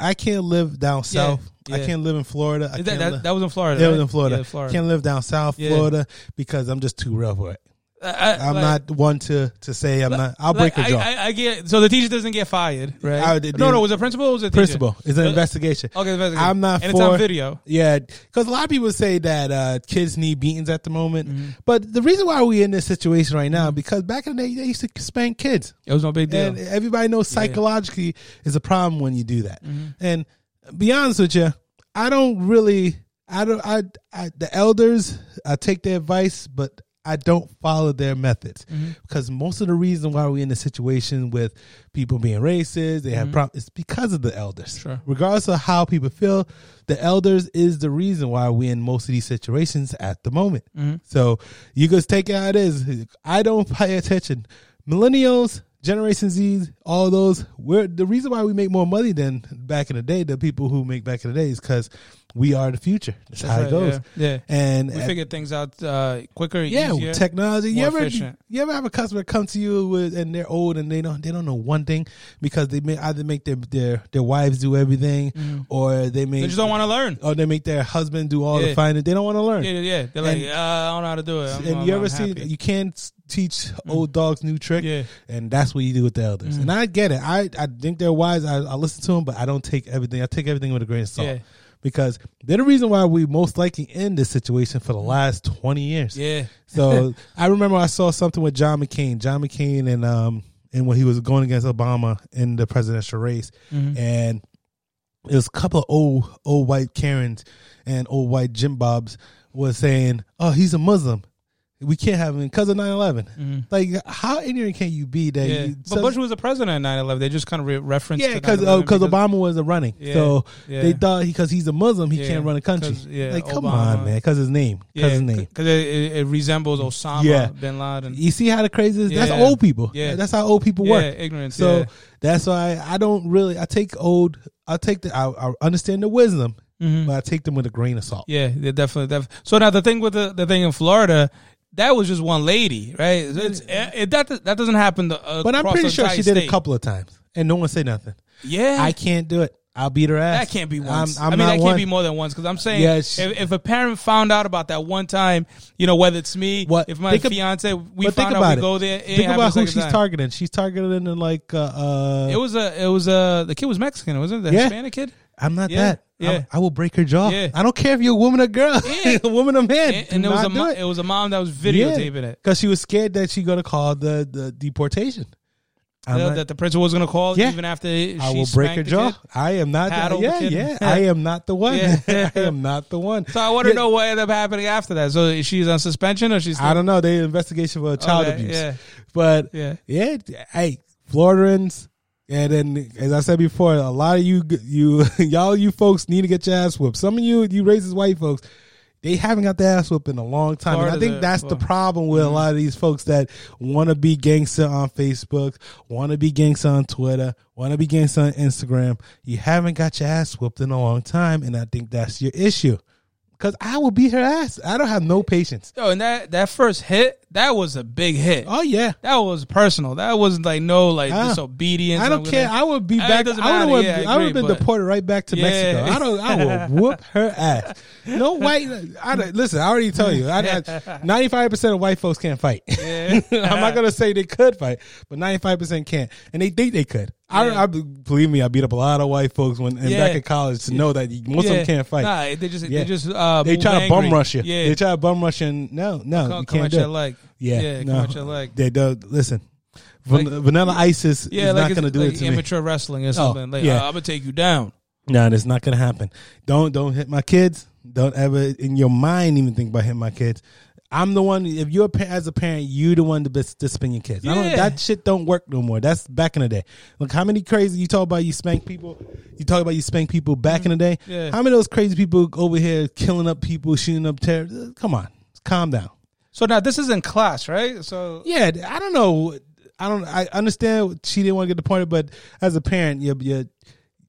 A: I can't live down south. I
B: yeah.
A: can't live in Florida. I
B: Is
A: can't
B: that, that,
A: live-
B: that was in Florida.
A: Yeah, it
B: right?
A: was in Florida.
B: Yeah, Florida.
A: Can't live down south
B: Yeah.
A: Florida because I'm just too real for it.
B: I- I,
A: I'm not one to to say I'm not. I'll break a
B: I,
A: jaw.
B: I, I get so the teacher doesn't get fired, right?
A: I did-
B: no, no, it was a principal. or was a teacher?
A: Principal is an investigation.
B: Okay, investigation.
A: I'm not
B: And
A: for
B: it's on video.
A: Yeah, because a lot of people say that uh, kids need beatings at the moment, but the reason why we're in this situation right now because back in the day they used to spank kids,
B: It was no big deal.
A: and everybody knows psychologically is a problem when you do that. And be honest with you, I don't really, I don't, I, I the elders, I take their advice, but. I don't follow their methods because most of the reason why we're in the situation with people being racist, they have problems, it's because of the elders.
B: Sure.
A: Regardless of how people feel, the elders is the reason why we're in most of these situations at the moment. So you just take it how it is. I don't pay attention. Millennials, Generation Z's, all those. We're the reason why we make more money than back in the day. The people who make back in the day is because we are the future. That's, how it
B: right,
A: goes.
B: yeah, yeah.
A: And
B: We
A: at-
B: figure things out uh, quicker,
A: yeah,
B: easier.
A: technology. You
B: more
A: ever
B: efficient.
A: you ever have a customer come to you with and they're old and they don't they don't know one thing because they may either make their their, their wives do everything or they make
B: Mm-hmm. they just don't want to learn.
A: or they make their husband do all the
B: Yeah.
A: finance. They don't want to learn.
B: Yeah, yeah, yeah. They're like,
A: And-
B: uh, I don't know how to do it. I'm,
A: and
B: I'm-
A: you ever
B: I'm
A: see
B: happy. Mm.
A: you can't s- teach old dogs new trick
B: Yeah. Mm.
A: and that's what you do with the elders and i get it i, I think they're wise I, I listen to them but i don't take everything i take everything with a grain of salt
B: Yeah.
A: because they're the reason why we most likely in this situation for the last 20 years
B: Mm. Yeah, <laughs>
A: so I remember I saw something with John McCain. John McCain and um and when he was going against Obama in the presidential race,
B: Mm-hmm.
A: and it was a couple of old old white Karens and old white Jim Bobs was saying, "Oh, he's a Muslim. We can't have him because of 9-11. Like, how ignorant can you be that?
B: Mm-hmm. yeah.
A: You,
B: but Bush was the president in 9 11. They just kind of re- referenced
A: yeah,
B: to
A: cause,
B: 9/11
A: uh, cause Obama wasn't running,
B: Yeah,
A: so
B: yeah.
A: they thought because he's a Muslim, he
B: Yeah,
A: can't run a country.
B: 'cause, yeah,
A: like, come
B: Obama-
A: on, man, because his name, because
B: yeah,
A: his name. Mm.
B: Because it, it, it resembles Osama
A: Yeah.
B: bin Laden.
A: You see how the crazy is? That's
B: Yeah.
A: old people.
B: Yeah.
A: That's how old people
B: Yeah,
A: work.
B: ignorance,
A: So
B: yeah.
A: that's why I don't really. I take old. I take the. I, I understand the wisdom, but I take them with a grain of salt.
B: Mm-hmm. Yeah, they definitely. Def- so now the thing with the, the thing in Florida, that was just one lady, right? It's, eh, it, that that doesn't happen. To, uh,
A: But I'm
B: across
A: pretty
B: the
A: sure
B: entire
A: she did
B: state.
A: a couple of times, and no one said nothing.
B: Yeah,
A: I can't do it. I'll beat her ass.
B: That can't be once.
A: I'm, I'm
B: I mean,
A: not
B: that can't
A: one.
B: be more than once. Because I'm saying,
A: Yes.
B: if, if a parent found out about that one time, you know, whether it's me,
A: What-
B: if my
A: think ab-
B: fiance, we
A: but think
B: found out,
A: about
B: we
A: it.
B: go there. It
A: think
B: happened
A: about who
B: second
A: she's
B: time.
A: targeting. She's targeting in like. Uh, uh,
B: It was a, it was a, the kid was Mexican, wasn't it? The
A: Yeah.
B: Hispanic kid.
A: I'm not
B: Yeah,
A: that. I'm-
B: yeah.
A: I will break her jaw.
B: Yeah.
A: I don't care if you're a woman or girl,
B: Yeah.
A: <laughs> a woman or man.
B: And,
A: Do
B: and it was
A: not
B: a,
A: do
B: mo-
A: it.
B: it was a mom that was videotaping it.
A: because she was scared that she gonna call the the deportation. I'm
B: That-
A: not-
B: that the principal was going to call
A: Yeah.
B: even after she
A: I will break
B: spanked
A: her
B: the
A: jaw.
B: kid.
A: I am not.
B: Paddle the
A: yeah,
B: kid.
A: yeah. I am not the one.
B: Yeah.
A: <laughs> I am not the one.
B: So I want to
A: Yeah,
B: know what ended up happening after that. So she's on suspension or she's still,
A: I don't know. They investigation for child
B: Okay,
A: abuse,
B: yeah.
A: but
B: Yeah.
A: yeah, hey, Floridans. And then, as I said before, a lot of you, you, <laughs> y'all, you folks need to get your ass whooped. Some of you, you racist white folks, they haven't got their ass whooped in a long time. and I
B: Florida's
A: think
B: a-
A: that's the
B: well- mm-hmm.
A: problem with a lot of these folks that want to be gangster on Facebook, want to be gangster on Twitter, want to be gangster on Instagram. You haven't got your ass whooped in a long time, and I think that's your issue. Because I will beat her ass. I don't have no patience.
B: Yo, Oh, and that, that first hit, that was a big hit.
A: Oh yeah,
B: That was personal. That was like no like
A: Ah.
B: disobedience.
A: I don't
B: I'm
A: care.
B: gonna-
A: I would be
B: Ah, it
A: back. I would
B: doesn't matter.
A: have.
B: Yeah, I
A: I would have
B: agree,
A: been
B: but-
A: deported right back to
B: Yeah.
A: Mexico. I don't. I
B: <laughs>
A: would whoop her ass. No white. I don't- listen. I already tell you. Ninety five percent of white folks can't fight. <laughs> I'm not gonna say they could fight, but ninety five percent can't, and they think they could. I, I believe me. I beat up a lot of white folks when and
B: Yeah.
A: back in college to know that you- most of
B: Yeah.
A: them can't fight.
B: Nah, they just
A: Yeah.
B: they just uh,
A: they
B: move
A: try to bum
B: angry.
A: rush you.
B: Yeah,
A: They try to bum rush you. and No, no,
B: come,
A: you
B: come
A: can't
B: at
A: do
B: your
A: it.
B: leg.
A: Yeah,
B: yeah,
A: no,
B: come at your leg.
A: They don't listen. Van-
B: Like-
A: Vanilla ISIS is
B: yeah, like
A: not
B: it's
A: going to do
B: like
A: it to me. Oh,
B: amateur wrestling or something. like,
A: yeah.
B: uh, I'm gonna take you down.
A: No, that's not gonna happen. Don't don't hit my kids. Don't ever in your mind even think about hitting my kids. I'm the one. If you're a pa- as a parent, you the one to dis- discipline your kids. I don't,
B: Yeah.
A: that shit don't work no more. That's back in the day. Look how many crazy you talk about you spank people. You talk about you spank people back in the day.
B: Yeah.
A: How many of those crazy people over here killing up people, shooting up terrorists? Come on, calm down.
B: So now this is in class, right? So
A: Yeah, I don't know. I don't. I understand she didn't want to get deported, but as a parent, your your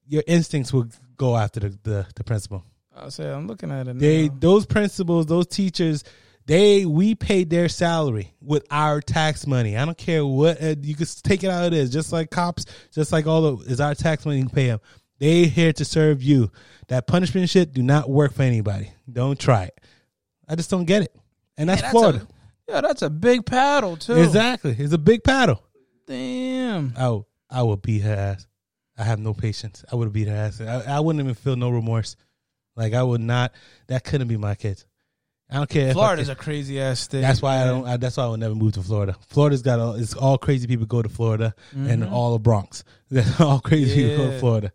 A: your instincts will go after the the, the principal.
B: I say I'm looking at it.
A: They
B: now.
A: those principals, those teachers, they we paid their salary with our tax money. I don't care what uh, you could take it out of this. Just like cops, just like all the is our tax money you pay them. They here to serve you. That punishment shit do not work for anybody. Don't try it. I just don't get it. And that's,
B: That's
A: Florida.
B: A, yeah, that's a big paddle too.
A: exactly. It's a big paddle.
B: Damn.
A: I would, I would beat her ass. I have no patience. I would beat her ass. I, I wouldn't even feel no remorse. Like I would not. That couldn't be my kids. I don't care. if I
B: Florida's
A: could-
B: a crazy ass state.
A: That's why I
B: man.
A: don't. I, that's why I will never move to Florida. Florida's got all. It's all crazy people go to Florida and all the Bronx. <laughs> That's all crazy people go
B: Mm-hmm. Yeah.
A: to Florida.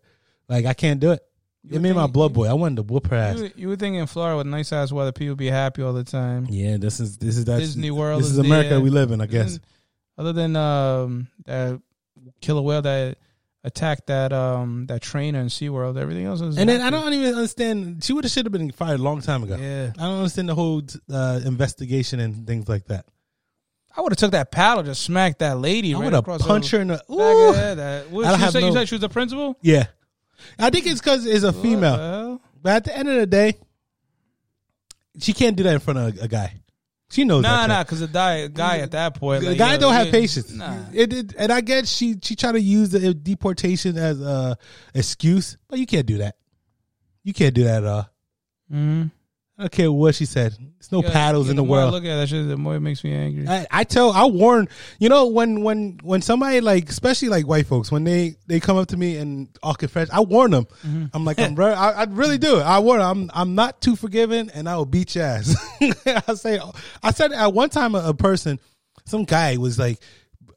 A: Like I can't do it. it made my
B: thinking-
A: blood boil. I wanted to whoop her ass.
B: You, you would think in Florida with nice ass weather, people be happy all the time.
A: Yeah, this is this is that
B: Disney World
A: This
B: is Mm-hmm.
A: is America
B: there.
A: we live in, I guess.
B: Other than um, that killer whale that attacked that um that trainer in SeaWorld, everything else is.
A: And then I don't even understand. She would have should have been fired a long time ago.
B: Yeah,
A: I don't understand the whole uh, investigation and things like that.
B: I would have took that paddle just smacked that lady.
A: I
B: right
A: would have
B: across
A: punched her in the.
B: Back of the
A: Ooh.
B: head. That, what,
A: I don't
B: you,
A: have
B: said, you
A: no-
B: said she was a principal.
A: Yeah, I think it's because it's a
B: What
A: female.
B: the hell?
A: But at the end of the day, she can't do that in front of a, a guy. She knows.
B: Nah,
A: that
B: nah, because the guy, guy at that point,
A: The
B: like,
A: guy
B: yo,
A: don't have
B: yeah,
A: patience.
B: Nah.
A: It, it- and I get she she tried to use the deportation as a excuse, but you can't do that. You can't do that at all.
B: Mhm.
A: I don't care what she said. There's no
B: Yeah,
A: paddles
B: yeah,
A: in the,
B: more I
A: world. Uh,
B: look at that shit, the more it makes me angry.
A: I, I tell I warn you know when when when somebody like especially like white folks when they they come up to me and all confess I warn them
B: Mm-hmm.
A: I'm
B: <laughs>
A: like I'm very, I, I really do I warn 'em. I'm I'm not too forgiving and I will beat your ass <laughs> I say I said at one time a, a person some guy was like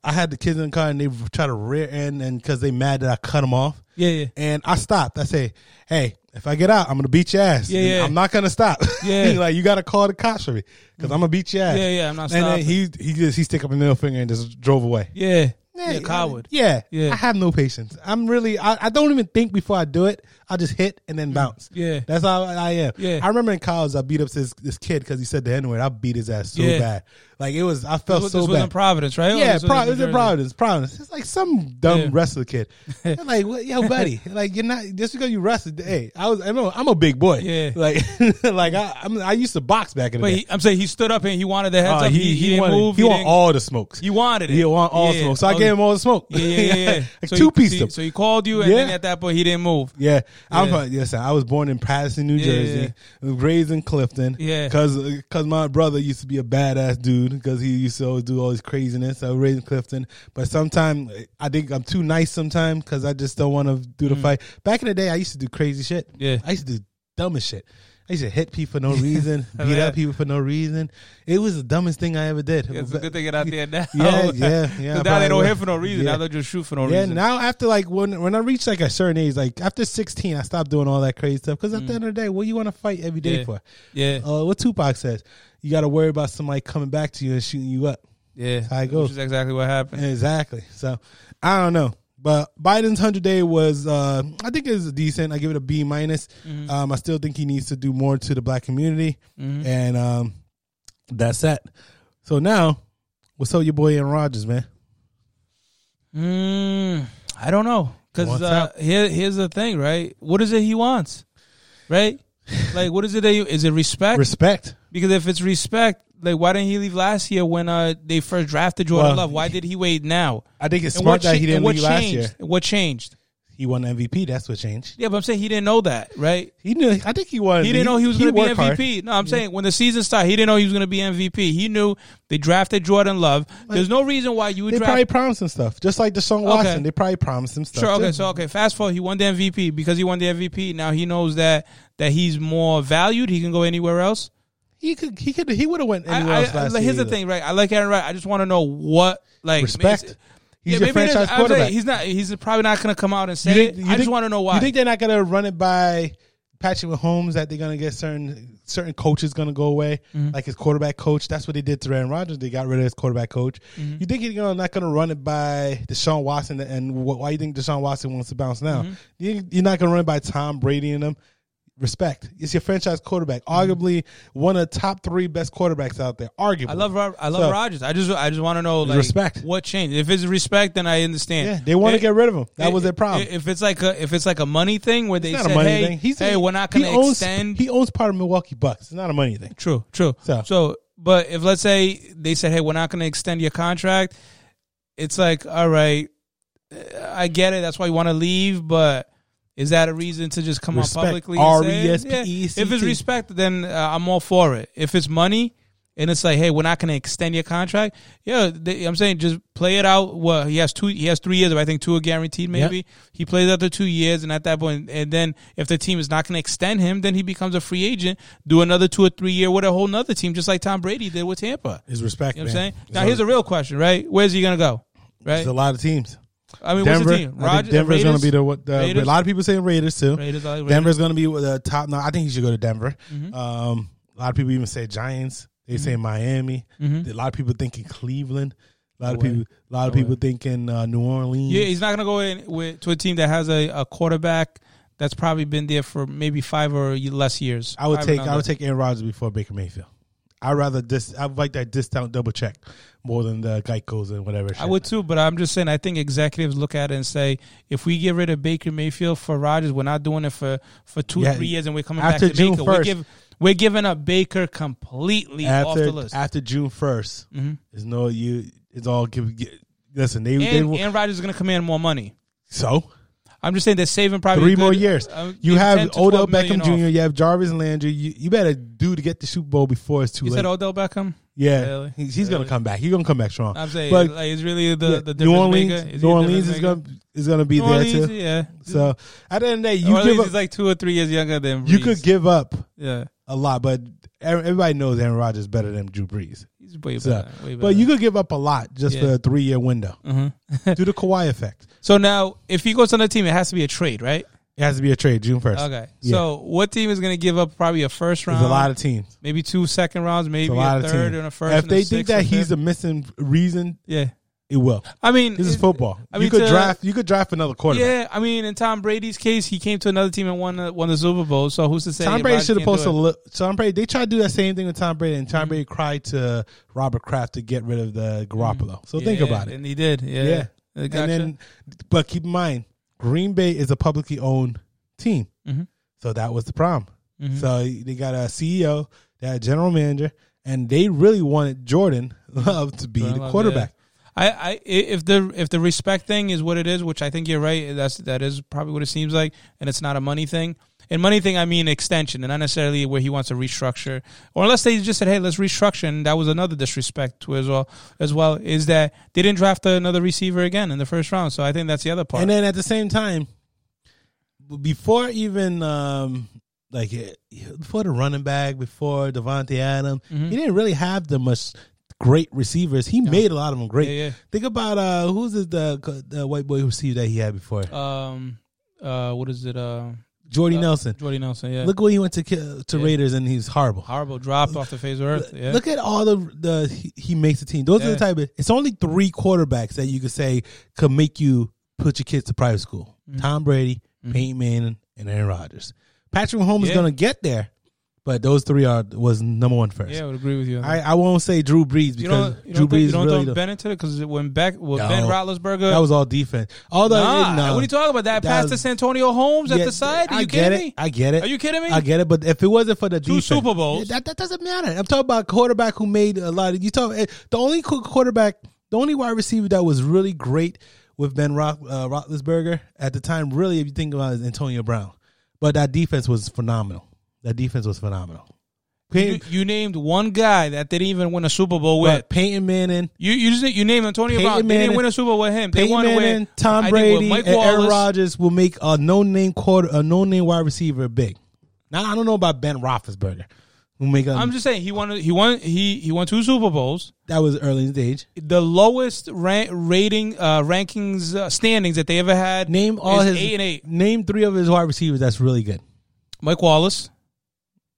A: I had the kids in the car and they try to rear end and because they mad that I cut them off
B: yeah, yeah.
A: and I stopped. I say, "Hey, if I get out, I'm gonna beat your ass.
B: Yeah, yeah.
A: I'm not gonna stop. <laughs>
B: Yeah. Mm-hmm.
A: like you gotta call the cops for me because I'm gonna beat your ass.
B: Yeah, yeah, I'm not
A: And then
B: stopping.
A: he he just he stick up a middle finger and just drove away.
B: Yeah.
A: Yeah,
B: You're a coward.
A: Yeah,
B: Yeah.
A: I have no patience. I'm really. I, I don't even think before I do it. I just hit and then bounce.
B: Mm, Yeah.
A: that's how I am.
B: Yeah.
A: I remember in college I beat up this this kid because he said the n word. I beat his ass so
B: Yeah.
A: bad. Like it was. I felt
B: This
A: so
B: was
A: bad.
B: in Providence, right?
A: Yeah,
B: this
A: Pro- it
B: New
A: was in
B: Jersey.
A: Providence. Providence. It's like some dumb
B: Yeah.
A: wrestler
B: <laughs>
A: kid. They're like, well, yo, buddy, like you're not just because you wrestled. Hey, I was. I'm a, I'm a big boy.
B: Yeah.
A: Like, <laughs> like I, I'm, I used to box back in the
B: But
A: day.
B: he, I'm saying he stood up and he wanted the heads
A: Uh,
B: up. Ah, He, he, didn't
A: wanted,
B: move.
A: he, want
B: didn't-
A: all the smokes.
B: He wanted it.
A: He want all
B: Yeah.
A: smoke. So I
B: Oh,
A: gave him all the smoke.
B: Yeah, yeah, yeah. yeah.
A: <laughs> like
B: So he-
A: two piece
B: so
A: them.
B: he- So he called you, and
A: Yeah.
B: then at that point he
A: <laughs>
B: didn't move.
A: Yeah, I'm
B: Yeah.
A: from, yes. I was born in Patterson, New
B: Yeah,
A: Jersey, raised in Clifton.
B: Yeah.
A: cause uh, 'cause my brother used to be a badass dude because he used to always do all this craziness. I was raised in Clifton, but sometimes I think I'm too nice sometimes because I just don't want to do the fight. Back in the day, I used to do crazy shit.
B: Mm. Yeah.
A: I used to do dumbest shit. I used to hit people for no reason, beat
B: <laughs> Yeah.
A: up people for no reason. It was the dumbest thing I ever did.
B: It's a good thing get out there now.
A: Yeah, yeah, yeah,
B: <laughs> 'Cause now they don't
A: probably.
B: hit for no reason.
A: Yeah.
B: Now they just shoot for no
A: Yeah,
B: reason.
A: now after like when when I reached like a certain age, like after sixteen, I stopped doing all that crazy stuff because at the end of the day, what you want to fight every day
B: Mm. Yeah.
A: for?
B: yeah,
A: Uh, what Tupac says, you got to worry about somebody coming back to you and shooting you up.
B: yeah.
A: how it goes.
B: Which is exactly what happened.
A: Exactly. So I don't know, but Biden's hundred day was uh, I think it was decent. I give it a B minus.
B: Mm-hmm.
A: Um, I still think he needs to do more to the black community, and um, that's that. So now, what's up, your boy Aaron Rodgers, man?
B: Mm, I don't know because
A: Wants
B: uh,
A: out.
B: here, here's the thing, right? What is it he wants,
A: <laughs>
B: right? like, what is it? That you, is it respect?
A: Respect.
B: Because if it's respect, like, why didn't he leave last year when uh, they first drafted Jordan
A: Well,
B: Love? Why did he wait now?
A: I think it's
B: And
A: smart that
B: cha-
A: he
B: and
A: didn't
B: what
A: leave last
B: changed?
A: year.
B: What changed?
A: He won MVP. That's what changed.
B: Yeah, but I'm saying he didn't know that, right?
A: He knew. I think he wanted.
B: He didn't know he was going to be
A: worked hard.
B: MVP. No, I'm saying when the season started, he didn't know he was going to be MVP. He knew they drafted Jordan Love. There's no reason why you would
A: They
B: draft.
A: probably promised him stuff, just like Deshaun Watson. They probably promised him stuff.
B: Sure. Okay.
A: too.
B: So okay. Fast forward. He won the MVP because he won the MVP. Now he knows that that he's more valued. He can go anywhere else.
A: he could. He could. He would have went
B: I,
A: anywhere else
B: I-
A: last
B: here's
A: year
B: the
A: either.
B: thing, right? I like Aaron Rodgers. I just want to know what like
A: Respect.
B: it's-
A: He's
B: yeah,
A: your
B: maybe it is.
A: franchise
B: I'm saying
A: quarterback.
B: He's not. He's probably not going to come out and say
A: You think-
B: it.
A: you
B: I just
A: think-
B: want to know why.
A: You think they're not going to run it by Patrick Mahomes? That they're going to get certain certain coaches going to go away,
B: Mm-hmm.
A: like his quarterback coach. That's what they did to Aaron Rodgers. They got rid of his quarterback coach.
B: Mm-hmm.
A: You think you're gonna, not going to run it by Deshaun Watson? And wh- why you think Deshaun Watson wants to bounce now?
B: Mm-hmm.
A: You, you're not going to run it by Tom Brady and them. Respect. It's your franchise quarterback,
B: Mm-hmm.
A: arguably one of the top three best quarterbacks out there. Arguably,
B: I love Rod- I love
A: So-
B: Rodgers. I just I just want to know like
A: Respect.
B: What changed? If it's respect, then I understand.
A: Yeah, they want to
B: It-
A: get rid of him. That
B: it-
A: was their problem.
B: If it's like a if it's like a money thing where they
A: It's
B: said, hey, hey, we're not
A: he
B: going to
A: owns-
B: extend.
A: He owns part of Milwaukee Bucks. It's not a money thing.
B: True, true. So,
A: So-
B: but if let's say they said, "Hey, we're not going to extend your contract," it's like, all right, uh, I get it. That's why you want to leave, but is that a reason to just come out
A: Respect. E
B: publicly? and say it?
A: R-E-S-P-E-C-T.
B: Yeah. If it's respect, then uh, I'm all for it. If it's money. And it's like, hey, we're not going to extend your contract. Yeah, they, I'm saying just play it out. Well, he has two, he has three years. But I think two are guaranteed. Maybe he plays out the two years, and at that point, and then if the team is not going to extend him, then he becomes a free agent. Do another two or three year with a whole nother team, just like Tom Brady did with Tampa.
A: Is respect.
B: You know what I'm
A: man.
B: saying?
A: It's
B: Now here's
A: a,
B: a real question, right? Where's he going to go? Right?
A: it's a lot of teams.
B: I mean,
A: Denver.
B: what's the team?
A: I think
B: Roger,
A: Denver's going to be
B: Raiders?
A: the what? The,
B: Raiders?
A: a lot of people saying Raiders too.
B: Raiders. I like Raiders. Mm-hmm.
A: Denver's going to be with the top. No, I think he should go to Denver. Um, a lot of people even say Giants. They say Miami.
B: Mm-hmm.
A: A lot of people thinking Cleveland. A lot of people. A lot of people thinking uh, New Orleans.
B: Yeah, he's not gonna go in with to a team that has a, a quarterback that's probably been there for maybe five or less years.
A: I would
B: Five
A: take
B: and
A: I would
B: under.
A: take Aaron Rodgers before Baker Mayfield. I'd rather dis I would like that discount double check more than the Geico's and whatever. Shit.
B: I would too, but I'm just saying. I think executives look at it and say, if we get rid of Baker Mayfield for Rodgers, we're not doing it for for two,
A: Yeah,
B: three years, and we're coming
A: after
B: back to
A: June
B: Baker. We're,
A: 1st.
B: give, we're giving up Baker completely off
A: after
B: the list. Mm-hmm.
A: after June 1st It's no you. It's all give. get- Listen, they they
B: and,
A: will-
B: and Rodgers is going to command more money.
A: so
B: I'm just saying they're saving probably
A: three
B: a good,
A: more years.
B: uh,
A: you
B: 10
A: have
B: to
A: Odell
B: 12 million
A: Beckham Jr.
B: off.
A: You have Jarvis Landry. You, you better do to get the Super Bowl before it's too
B: You
A: late.
B: said Odell Beckham.
A: yeah,
B: Really?
A: he's, he's gonna come back. He's gonna come back strong.
B: I'm saying
A: but
B: like it's really the
A: yeah, New
B: the difference
A: Orleans,
B: maker. Is he
A: New
B: a
A: Orleans
B: difference
A: is
B: maker?
A: gonna is gonna be
B: New
A: there
B: Orleans,
A: too.
B: yeah.
A: So at the end of the day,
B: New
A: you
B: Orleans
A: give up.
B: is like two or three years younger than
A: you
B: Brees.
A: could give up
B: yeah.
A: a lot, but ev- everybody knows Aaron Rodgers better than Drew Brees.
B: He's way
A: So,
B: better. way
A: but
B: better.
A: you could give up a lot just
B: uh, Yeah. Mm-hmm.
A: for a three year window
B: <laughs>
A: due to Kawhi effect.
B: so now if he goes to another team, it has to be a trade, right?
A: It has to be a trade June first.
B: Okay.
A: Yeah.
B: So what team is going to give up probably a first
A: there's
B: round?
A: a lot of teams.
B: maybe two second rounds,
A: There's
B: maybe
A: a
B: a,
A: lot of
B: third
A: teams.
B: and a first.
A: if
B: and a
A: they think
B: sixth or
A: that he's
B: fifth.
A: the missing reason,
B: yeah.
A: it will.
B: I mean,
A: This is
B: it-
A: football.
B: I mean,
A: you could
B: to- uh,
A: draft. You could draft another quarterback.
B: Yeah, I mean, in Tom Brady's case, he came to another team and won the, won the Super Bowl. So who's to say
A: Tom Brady
B: Rodgers
A: should have
B: can't do
A: posted.
B: it? Mm-hmm.
A: Tom Brady. They tried to do that same thing with Tom Brady, and Tom Brady cried to Robert Kraft to get rid of the Garoppolo. So think
B: Yeah,
A: about it.
B: and he did. Yeah,
A: Yeah.
B: Uh, gotcha.
A: And then, but keep in mind, Green Bay is a publicly owned team,
B: Mhm.
A: so that was the problem.
B: Mm-hmm.
A: So they got a CEO, they had a general manager, and they really wanted Jordan Love to be
B: Jordan
A: the
B: Love,
A: quarterback.
B: I, I, i- if the if the respect thing is what it is, which I think you're right, that's that is probably what it seems like, and it's not a money thing. And money thing, I mean extension, and not necessarily where he wants to restructure, or unless they just said, "Hey, let's restructure," and that was another disrespect to as well. As well is that they didn't draft another receiver again in the first round, so I think that's the other part.
A: And then at the same time, before even um, like eh, before the running back, before Devontae Adams,
B: Mm-hmm.
A: he didn't really have the much great receivers. He made a lot of them great.
B: Yeah, yeah.
A: Think about uh, who's the, the the white boy receiver that he had before?
B: um, uh, what is it? Uh,
A: Jordy Nelson.
B: Jordy Nelson. Yeah,
A: Look where he went to ki- to Raiders, and he's horrible.
B: horrible drop off the face of earth. Yeah,
A: Look at all the the he, he makes the team. Those are
B: Yeah.
A: the type of. It's only three quarterbacks that you could say could make you put your kids to private school:
B: Mm-hmm.
A: Tom Brady, Peyton Manning, and Aaron Rodgers. Patrick Mahomes
B: Yeah.
A: is going to get there, but those three are was number one first.
B: yeah, I would agree with you. on that.
A: I, I won't say Drew Brees because
B: You don't,
A: Drew
B: you don't, think,
A: Brees
B: you don't
A: really
B: throw
A: the-
B: Ben into it because when back when
A: No.
B: Ben Roethlisberger,
A: that was all defense. Although
B: nah,
A: no.
B: What are you talking about? That,
A: That
B: pass
A: was-
B: to Santonio Holmes at
A: Yeah,
B: the side? Are you
A: I
B: kidding
A: get it.
B: me?
A: I get it.
B: Are you kidding me?
A: I get it, but if it wasn't for the defense,
B: Super Bowls.
A: that, that doesn't matter. I'm talking about a quarterback who made a lot of. You talk eh, the only qu- quarterback, the only wide receiver that was really great with Ben Rock, uh, Roethlisberger at the time. Really, if you think about it, is Antonio Brown, but that defense was phenomenal. That defense was phenomenal.
B: you,
A: Peyton,
B: you named one guy that didn't even win a Super Bowl with.
A: but Peyton Manning,
B: You you just you named Antonio
A: Peyton
B: Brown. They didn't
A: Manning-
B: win a Super Bowl with him. They
A: Peyton
B: won with
A: Manning, Tom
B: I think with
A: Brady,
B: Mike
A: and Aaron
B: Wallace.
A: Rodgers will make a no name quarter, a no name wide receiver big. Now I don't know about Ben Roethlisberger. Who make a,
B: I'm just saying he won he won he he won two Super Bowls.
A: that was early in the age.
B: The lowest ra- rating uh, rankings uh, standings that they ever had.
A: Name all
B: is
A: his
B: eight and eight.
A: Name three of his wide receivers. That's really good.
B: Mike Wallace,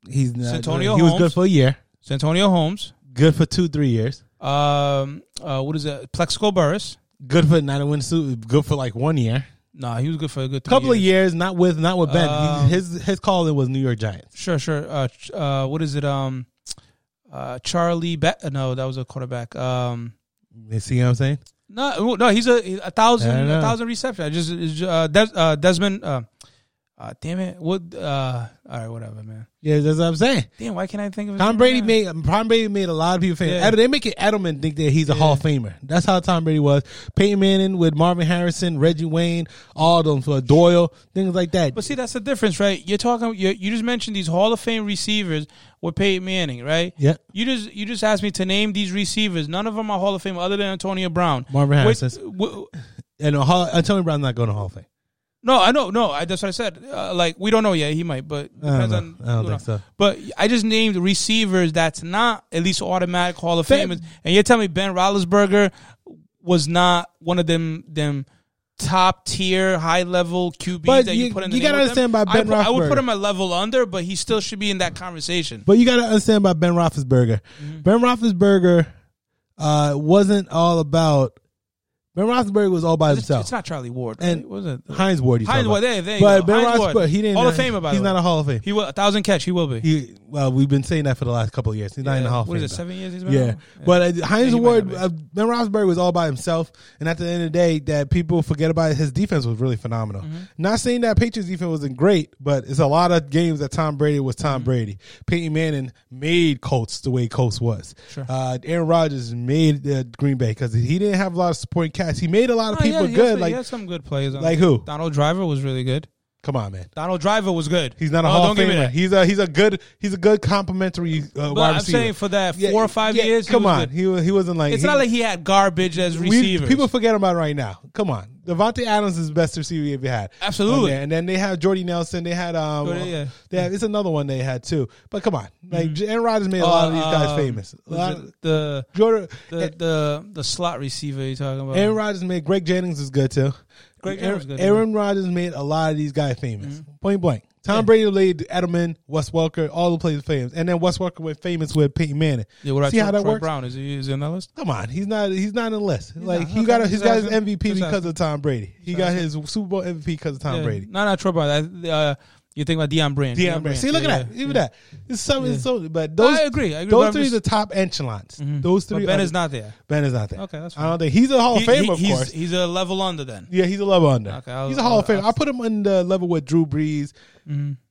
A: He's not,
B: Santonio
A: He was
B: Holmes.
A: good for a year.
B: Santonio Holmes,
A: Good for two, three years.
B: um, uh, what is it? Plexico Burris.
A: Good for not a win suit. Good for like one year.
B: Nah, he was good for a good three
A: Couple of years. Not with not with Ben. He-
B: Um,
A: his his calling was New York Giants.
B: Sure, sure. Uh, ch- uh, what is it? Um, uh, Charlie. Ba- no, that was a quarterback. Um,
A: You see what I'm saying?
B: no, no, he's a, he's a thousand,
A: I don't know.
B: a thousand reception. I just it's, uh, Des- uh, Desmond. Uh, uh, damn it! What? Uh, all right, whatever, man.
A: Yeah, that's what I'm saying.
B: Damn, why can't I think of his
A: Tom
B: name
A: Brady
B: right now?
A: made Tom Brady made a lot of people famous.
B: Yeah.
A: Ed- They make it Edelman think that he's a Hall of Famer. That's how Tom Brady was. Peyton Manning with Marvin Harrison, Reggie Wayne, all of them, so Doyle, things like that.
B: But see, that's the difference, right? You're talking. you you just mentioned these Hall of Fame receivers with Peyton Manning, right?
A: Yeah.
B: You just you just asked me to name these receivers. None of them are Hall of Fame, other than Antonio Brown,
A: Marvin
B: Wait,
A: Harrison.
B: wh-
A: and a Hall, Antonio Brown's not going to Hall of Fame.
B: No, I know. No, I, that's what I said. Uh, like we don't know yet. He might, but
A: I don't
B: depends
A: know.
B: on.
A: I don't
B: you know.
A: think so.
B: But I just named receivers that's not at least automatic Hall of Famers, and you're telling me Ben Roethlisberger was not one of them them top tier, high level QBs
A: But
B: that you,
A: you-
B: put in. The
A: you
B: name
A: gotta
B: with
A: understand
B: them.
A: by Ben
B: I, put- I would
A: Roethlisberger.
B: put him a level under, but he still should be in that conversation.
A: But you got to understand about Ben Roethlisberger.
B: Mm-hmm.
A: Ben Roethlisberger uh, wasn't all about. Ben Roethlisberger was all by
B: it's,
A: himself.
B: it's not Charlie Ward, right?
A: And-
B: was it?
A: Heinz Ward, you
B: Heinz
A: talking
B: Ward,
A: about.
B: there- there you
A: but
B: go.
A: Ben
B: Heinz
A: Roethlisberger,
B: Ward.
A: he didn't.
B: Hall of Famer, by the
A: He's
B: way.
A: not a Hall of Fame.
B: He will a thousand catch. He will be.
A: He, well, we've been saying that for the last couple of years. He's not in the Hall of
B: what
A: Fame.
B: is it?
A: though.
B: Seven years. He's been
A: Yeah.
B: out?
A: but uh, Heinz
B: he might
A: Ward,
B: not be.
A: uh, Ben Roethlisberger was all by himself, and at the end of the day, that people forget about it, his defense was really phenomenal.
B: Mm-hmm.
A: Not saying that Patriots defense wasn't great, but it's a lot of games that Tom Brady was Tom
B: Mm-hmm.
A: Brady. Peyton Manning made Colts the way Colts was.
B: Sure.
A: Uh, Aaron Rodgers made uh, Green Bay because he didn't have a lot of supporting cast. He made a lot of
B: Oh, yeah,
A: people
B: he
A: good.
B: has- he
A: like,
B: has some good players. on
A: like
B: there.
A: who?
B: Donald Driver was really good.
A: come on, man.
B: Donald Driver was good.
A: He's not a
B: Oh,
A: Hall
B: don't
A: of
B: give me
A: Famer.
B: that.
A: He's a he's a good he's a good complimentary uh,
B: But
A: wide
B: I'm
A: receiver.
B: saying for that
A: Yeah,
B: four or five
A: yeah,
B: years, he
A: come
B: was
A: on,
B: good.
A: he was he wasn't like
B: It's
A: he-
B: not like he had garbage as
A: We-
B: receivers.
A: people forget about right now. Come on, Devontae Adams is the best receiver you ever had.
B: Absolutely.
A: On there. And then they had Jordy Nelson. They had um,
B: Jordy, yeah. Mm-hmm.
A: they had, it's another one they had too. But come on, like J Aaron Rodgers made a lot of these guys
B: Um,
A: famous. A
B: was
A: lot
B: it
A: of-
B: the
A: Jordan,
B: the, the the slot receiver you're talking about.
A: Aaron Rodgers made Greg Jennings is good too.
B: Greg
A: Aaron,
B: Jennings is good, Mm-hmm.
A: Aaron Rodgers made a lot of these guys famous. Point blank. Tom Brady laid Edelman, Wes Welker, all the players famous, and then Wes Welker went famous with Peyton Manning.
B: yeah, what
A: See
B: about
A: how
B: Troy,
A: that
B: Troy
A: works?
B: Brown is he, is he on that list?
A: Come on, he's not he's not in the list. like
B: not.
A: he
B: Okay,
A: got a, he's got his
B: precisely.
A: MVP because of Tom Brady. He got his Super Bowl MVP because of Tom
B: Yeah.
A: Brady.
B: No, not Troy Brown. That, uh, you think about Deion Brand?
A: Deion Brand. See, look
B: Yeah,
A: at that.
B: yeah.
A: Even that. It's something. So, but those
B: I agree. I agree. But
A: Those
B: I'm
A: three
B: just- Mm. Mm-hmm.
A: are the top echelons. Those three.
B: But Ben
A: are-
B: is not there.
A: Ben is not there.
B: Okay, that's
A: I don't think he's a Hall of
B: He-
A: Famer.
B: he-
A: of
B: he's,
A: course.
B: he's a level under then.
A: Yeah, he's a level under.
B: Okay, I'll-
A: he's a Hall of
B: I'll- Mm-hmm.
A: Famer. I put him on the level with Drew Brees,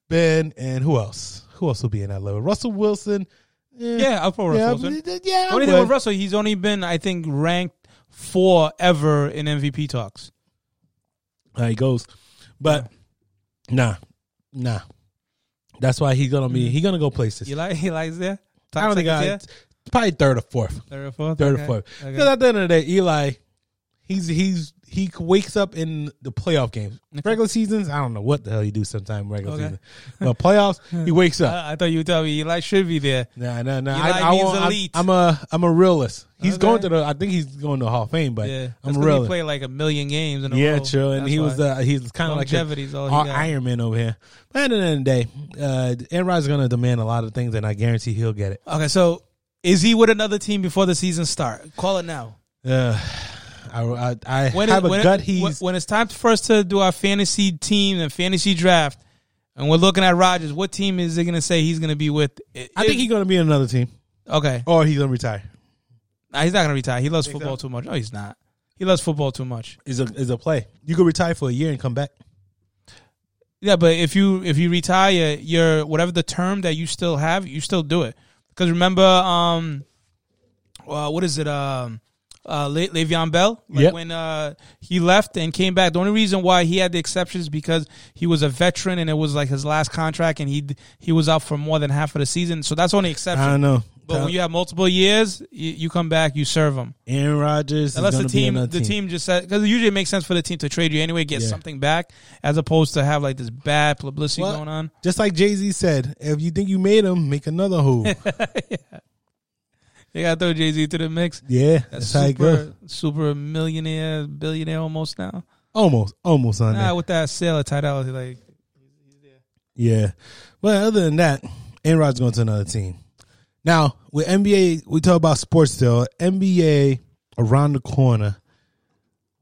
A: Ben, and who else? Who else will be in that level? Russell Wilson. Eh,
B: <laughs> Yeah, I'll put Russell
A: yeah,
B: Wilson.
A: but- yeah. I
B: only thing
A: would.
B: with Russell, he's only been I think ranked four ever in MVP talks.
A: how he goes. But nah, nah. That's why he's gonna be he's gonna go places.
B: You like <laughs> he likes there.
A: I don't think I, probably third or fourth,
B: third or fourth.
A: third
B: okay.
A: or fourth.
B: Okay.
A: Because at the end of the day, Eli, he's he's he wakes up in the playoff games. Regular seasons, I don't know what the hell you do sometime regular
B: Okay.
A: season, but playoffs,
B: <laughs>
A: he wakes up.
B: I, I thought you would tell me Eli should be there.
A: Nah, nah, nah.
B: Eli
A: I, I
B: means
A: won't,
B: elite.
A: I'm, I'm a I'm a realist. He's
B: Okay.
A: going to the. I think he's going to the Hall of Fame, but I'm
B: Yeah, That's
A: a
B: 'cause He
A: realist.
B: played like a million games in a row.
A: Yeah, true. And
B: That's
A: he
B: why.
A: was uh, he's kind of like
B: Longevity's
A: a,
B: all he
A: our
B: got.
A: Iron Man over here. But at the end of the day, uh, Aaron Rodgers is going to demand a lot of things, and I guarantee he'll get it.
B: okay. So is he with another team before the season start? Call it now.
A: Uh, I, I, I
B: When
A: have
B: it-
A: a
B: when it-
A: gut. he's
B: when it's time for us to do our fantasy team and fantasy draft, and we're looking at Rogers. What team is it going to say he's going to be with?
A: I think he's going to be in another team,
B: okay.
A: or he's going to retire.
B: Nah, he's not going to retire. He loves football too much. No, he's not. He loves football too much.
A: Is a is a play. You could retire for a year and come back.
B: Yeah, but if you if you retire, your whatever the term that you still have, you still do it. Because remember, um, uh, what is it? Um, uh, Le- Le'Veon Bell. Like
A: Yep.
B: When uh, he left and came back, the only reason why he had the exceptions because he was a veteran and it was like his last contract, and he he was out for more than half of the season. So that's only exception.
A: I don't know.
B: but when you have multiple years, you, you come back, you serve them.
A: Aaron Rodgers
B: Unless
A: is
B: the
A: going to be
B: team,
A: another
B: the team, just said because usually it makes sense for the team to trade you anyway, get
A: Yeah.
B: something back, as opposed to have like this bad publicity
A: Well,
B: going on.
A: Just like Jay Z said, if you think you made him, make another
B: <laughs>
A: hole.
B: They got to throw Jay Z to the mix.
A: yeah, that's, how it goes.
B: super, super millionaire, billionaire almost now.
A: Almost, almost on
B: Nah,
A: that.
B: with that sale of Tidal, like
A: Yeah. But other than that, Aaron Rodgers going to another team. Now, with NBA, we talk about sports still. NBA around the corner.